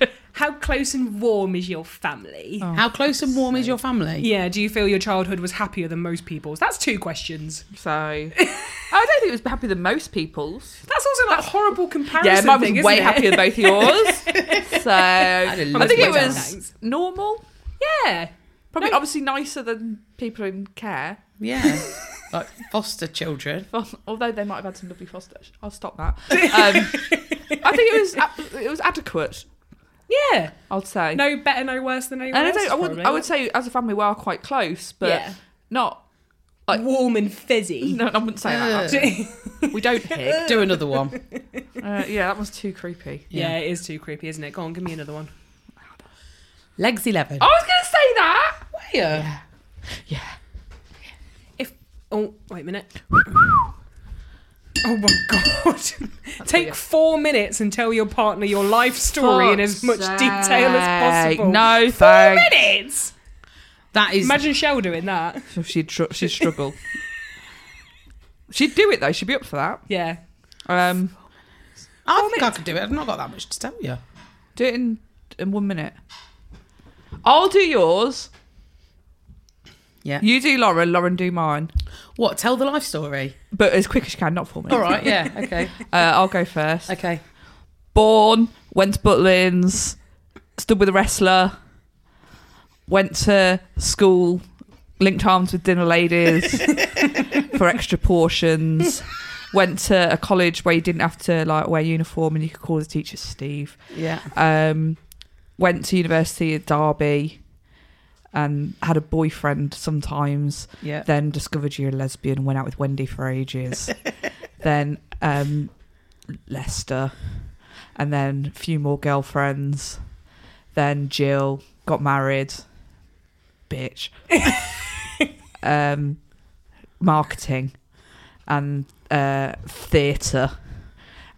[SPEAKER 2] How close and warm is your family?
[SPEAKER 1] Oh.
[SPEAKER 3] How close and warm is your family?
[SPEAKER 2] Yeah, do you feel your childhood was happier than most people's? That's two questions.
[SPEAKER 1] So, I don't think it was happier than most people's.
[SPEAKER 2] That's also like a horrible comparison.
[SPEAKER 1] yeah, mine was
[SPEAKER 2] thing, isn't
[SPEAKER 1] way
[SPEAKER 2] it?
[SPEAKER 1] happier than both of yours. so,
[SPEAKER 3] a
[SPEAKER 1] I think it
[SPEAKER 3] lovely time.
[SPEAKER 1] was normal.
[SPEAKER 2] Yeah.
[SPEAKER 1] Probably
[SPEAKER 2] No.
[SPEAKER 1] obviously nicer than people in care.
[SPEAKER 3] Yeah. like foster children.
[SPEAKER 1] Although they might have had some lovely fosters. I'll stop that. Um, I think it was a- it was adequate.
[SPEAKER 2] Yeah.
[SPEAKER 1] I'd say.
[SPEAKER 2] No better, no worse than anyone
[SPEAKER 1] and I,
[SPEAKER 2] else.
[SPEAKER 1] don't, I, would,
[SPEAKER 2] probably.
[SPEAKER 1] I would say as a family we are quite close, but
[SPEAKER 2] Yeah.
[SPEAKER 1] not. like-
[SPEAKER 2] warm and fizzy.
[SPEAKER 1] No, I wouldn't say that.
[SPEAKER 3] Ugh.
[SPEAKER 1] actually. we don't hit.
[SPEAKER 3] Do another one.
[SPEAKER 1] Uh, yeah, that was too creepy.
[SPEAKER 2] yeah, it is too creepy, isn't it? Go on, give me another one.
[SPEAKER 3] Legs 11.
[SPEAKER 1] I was going to say that.
[SPEAKER 3] yeah.
[SPEAKER 1] Yeah.
[SPEAKER 2] If oh wait a minute. Oh my god! Take
[SPEAKER 1] brilliant.
[SPEAKER 2] four minutes and tell your partner your life story in as much detail as possible.
[SPEAKER 1] No
[SPEAKER 2] four
[SPEAKER 1] thanks.
[SPEAKER 2] minutes.
[SPEAKER 3] That is.
[SPEAKER 2] Imagine Shell doing that.
[SPEAKER 1] So she'd tr- she'd struggle. she'd do it though. She'd be up for that.
[SPEAKER 2] Yeah.
[SPEAKER 1] Um,
[SPEAKER 3] I think I could do it. I've not got that much to tell you.
[SPEAKER 1] do it in in one minute. I'll do yours.
[SPEAKER 3] Yeah.
[SPEAKER 1] You do Lauren. Lauren do mine.
[SPEAKER 3] What? Tell the life story.
[SPEAKER 1] But as quick as you can, not four minutes.
[SPEAKER 3] All right. Yeah. Okay.
[SPEAKER 1] Uh, I'll go first.
[SPEAKER 3] Okay.
[SPEAKER 1] born, went to Butlins, stood with a wrestler, went to school, linked arms with dinner ladies for extra portions, went to a college where you didn't have to like wear uniform and you could call the teacher Steve.
[SPEAKER 3] Yeah.
[SPEAKER 1] Um, went to university at Derby and had a boyfriend sometimes
[SPEAKER 3] Yeah.
[SPEAKER 1] then discovered you're a lesbian went out with wendy for ages then um lester and then a few more girlfriends then jill got married bitch. um, marketing and uh, theatre.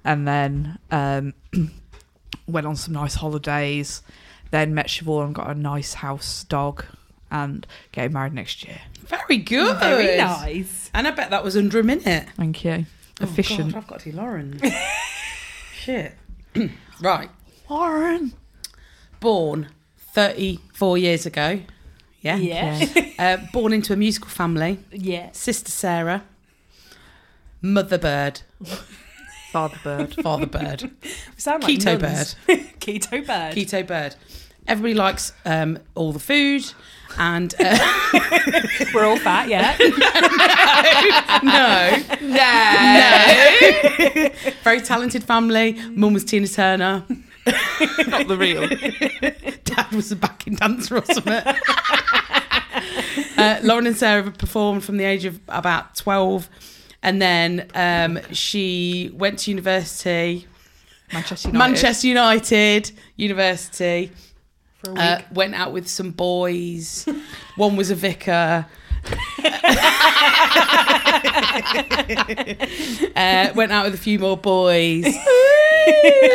[SPEAKER 1] And then um, went on some nice holidays. Then met Siobhan and got a nice house dog and getting married next year.
[SPEAKER 3] Very good.
[SPEAKER 2] Very nice.
[SPEAKER 3] And I bet that was under a minute.
[SPEAKER 1] Thank you. Efficient.
[SPEAKER 3] Oh, God, I've got to do Lauren. Shit. right.
[SPEAKER 1] Warren.
[SPEAKER 3] Born 34 years ago. Yeah.
[SPEAKER 2] Yeah.
[SPEAKER 3] Uh, born into a musical family.
[SPEAKER 2] Yes.
[SPEAKER 3] Sister Sarah. Mother bird.
[SPEAKER 1] Father bird.
[SPEAKER 3] Father bird.
[SPEAKER 2] We sound like
[SPEAKER 3] Keto
[SPEAKER 2] nuns. Keto bird.
[SPEAKER 3] Keto bird. Everybody likes um, all the food and uh,
[SPEAKER 2] We're all fat, yeah.
[SPEAKER 3] no,
[SPEAKER 1] no.
[SPEAKER 3] very talented family. Mum was Tina Turner.
[SPEAKER 1] Not the real.
[SPEAKER 3] dad was a backing dancer or something. uh, Lauren and Sarah have performed from the age of about 12. And then um, she went to university,
[SPEAKER 1] Manchester United.
[SPEAKER 3] Manchester United University,
[SPEAKER 2] For a week.
[SPEAKER 3] uh, went out with some boys. One was a vicar. uh, went out with a few more boys.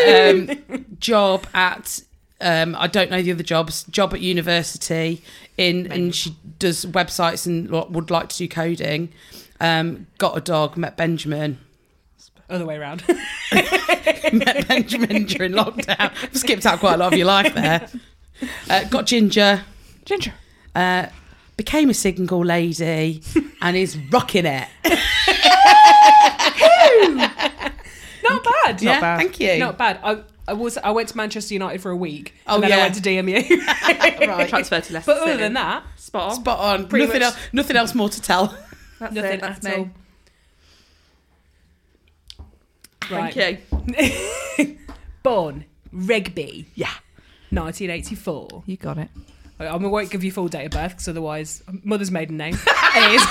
[SPEAKER 3] um, job at um, I don't know the other jobs. Job at university in, and she does websites and lo- would like to do coding. Um, got a dog. Met Benjamin.
[SPEAKER 2] Other way around.
[SPEAKER 3] met Benjamin during lockdown. I've skipped out quite a lot of your life there. Uh, got Ginger.
[SPEAKER 1] Ginger.
[SPEAKER 3] Uh, became a single lady and is rocking it.
[SPEAKER 2] Not bad.
[SPEAKER 3] yeah,
[SPEAKER 1] bad.
[SPEAKER 3] thank you.
[SPEAKER 2] Not bad. I, I was I went to Manchester United for a week.
[SPEAKER 3] Oh,
[SPEAKER 2] and then
[SPEAKER 3] yeah.
[SPEAKER 2] I went to DMU.
[SPEAKER 3] Right.
[SPEAKER 1] Transfer to Leicester.
[SPEAKER 2] but other
[SPEAKER 1] City.
[SPEAKER 2] than that,
[SPEAKER 1] spot on.
[SPEAKER 3] Spot on.
[SPEAKER 2] Pretty
[SPEAKER 3] nothing
[SPEAKER 2] much.
[SPEAKER 3] else. Nothing else more to tell.
[SPEAKER 1] That's
[SPEAKER 2] nothing
[SPEAKER 1] it. That's
[SPEAKER 2] at
[SPEAKER 1] me.
[SPEAKER 2] all. Right.
[SPEAKER 1] Thank you.
[SPEAKER 2] Born Regby,
[SPEAKER 1] Yeah,
[SPEAKER 2] 1984.
[SPEAKER 1] you got it.
[SPEAKER 2] I I won't give you full date of birth because otherwise, mother's maiden name. it is.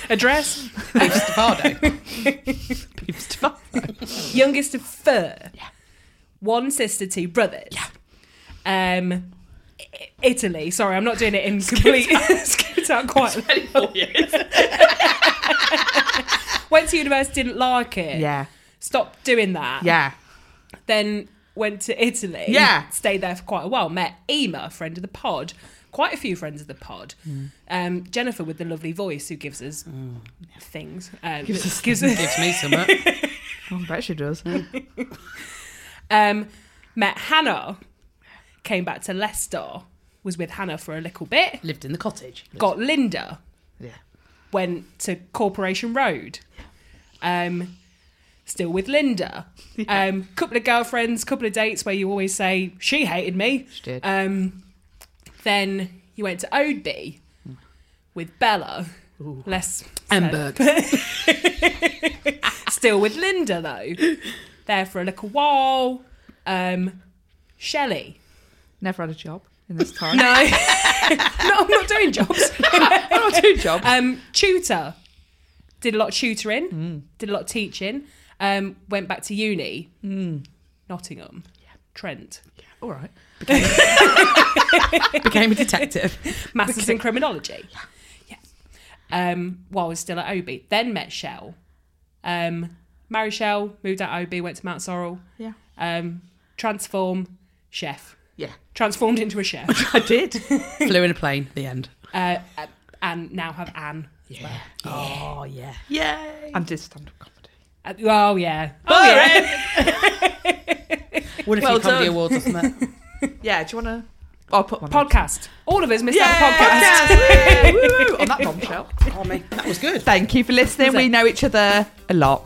[SPEAKER 2] Address.
[SPEAKER 3] Beef Stefano.
[SPEAKER 2] Youngest of four. One sister, two brothers. Yeah. Um, I- Italy. Sorry, I'm not doing it in complete. Skipped out quite. Went to university, didn't like it.
[SPEAKER 1] Yeah,
[SPEAKER 2] Stopped doing that.
[SPEAKER 1] yeah.
[SPEAKER 2] Then went to Italy.
[SPEAKER 1] Yeah.
[SPEAKER 2] Stayed there for quite a while. Met Ema, friend of the pod. Quite a few friends of the pod.
[SPEAKER 1] Mm.
[SPEAKER 2] Um, Jennifer with the lovely voice who gives us things. Um,
[SPEAKER 1] Gives us
[SPEAKER 3] Gives me something.
[SPEAKER 1] Oh, I bet she does.
[SPEAKER 2] Um, met Hannah, came back to Leicester, was with Hannah for a little bit,
[SPEAKER 3] Lived in the cottage.
[SPEAKER 2] got Linda,
[SPEAKER 1] Yeah.
[SPEAKER 2] went to Corporation Road, um, still with Linda. Um, couple of girlfriends, couple of dates where you always say, she hated me.
[SPEAKER 1] She did.
[SPEAKER 2] Um, then you went to Odeby
[SPEAKER 1] Mm.
[SPEAKER 2] with Bella. Less
[SPEAKER 3] And
[SPEAKER 2] said. Still with Linda though. There for a little while. Um, Shelley.
[SPEAKER 1] Never had a job in this time.
[SPEAKER 2] No, no, I'm not doing jobs.
[SPEAKER 1] I'm not doing jobs.
[SPEAKER 2] Um, tutor. Did a lot of tutoring. Did a lot of teaching. Um, went back to uni. Mm. Nottingham. Trent.
[SPEAKER 1] All right.
[SPEAKER 3] Became a detective.
[SPEAKER 2] Masters in criminology. Yeah. Um, while I was still at OB. Then met Shell. Um, married Shell, moved out of OB, went to Mount Sorrel.
[SPEAKER 1] Yeah.
[SPEAKER 2] Um, transform, chef.
[SPEAKER 1] Yeah.
[SPEAKER 2] Transformed into a chef.
[SPEAKER 1] I did.
[SPEAKER 3] Flew in a plane. The end.
[SPEAKER 2] uh, and now have Anne.
[SPEAKER 3] Oh yeah.
[SPEAKER 1] Yay. And did stand up comedy.
[SPEAKER 2] Uh, oh, yeah. Oh, yeah.
[SPEAKER 3] What if
[SPEAKER 1] Well
[SPEAKER 3] you
[SPEAKER 1] done.
[SPEAKER 3] comedy awards or something?
[SPEAKER 1] Yeah, do you want to? I'll put one on.
[SPEAKER 2] Podcast. All of us missed out on podcast.
[SPEAKER 1] Podcast. Woo, woo, on that bombshell.
[SPEAKER 3] Oh, mate, that was good.
[SPEAKER 1] Thank you for listening.
[SPEAKER 2] Was it-
[SPEAKER 1] We know each other a lot.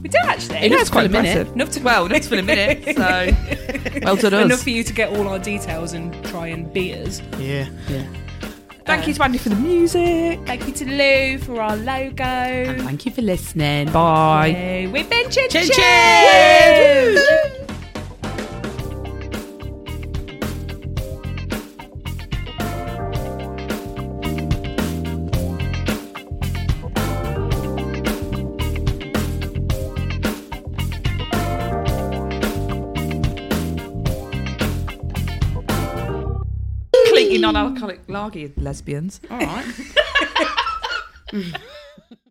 [SPEAKER 2] We did actually.
[SPEAKER 3] Enough
[SPEAKER 1] Yeah, it's
[SPEAKER 3] for
[SPEAKER 1] quite
[SPEAKER 3] a minute.
[SPEAKER 1] impressive.
[SPEAKER 2] Enough to-
[SPEAKER 1] well, enough for a minute. So, well done us.
[SPEAKER 2] Enough for you to get all our details and try and beat us.
[SPEAKER 1] Yeah.
[SPEAKER 3] Yeah.
[SPEAKER 1] Thank you to Andy for the music.
[SPEAKER 2] Thank you to Lou for our logo.
[SPEAKER 3] And thank you for listening.
[SPEAKER 1] Bye.
[SPEAKER 2] Hey, We've been Chin
[SPEAKER 3] Chin Chin.
[SPEAKER 2] Chin. Woo.
[SPEAKER 1] Clinky non-alcoholic lager, you lesbians.
[SPEAKER 3] All right.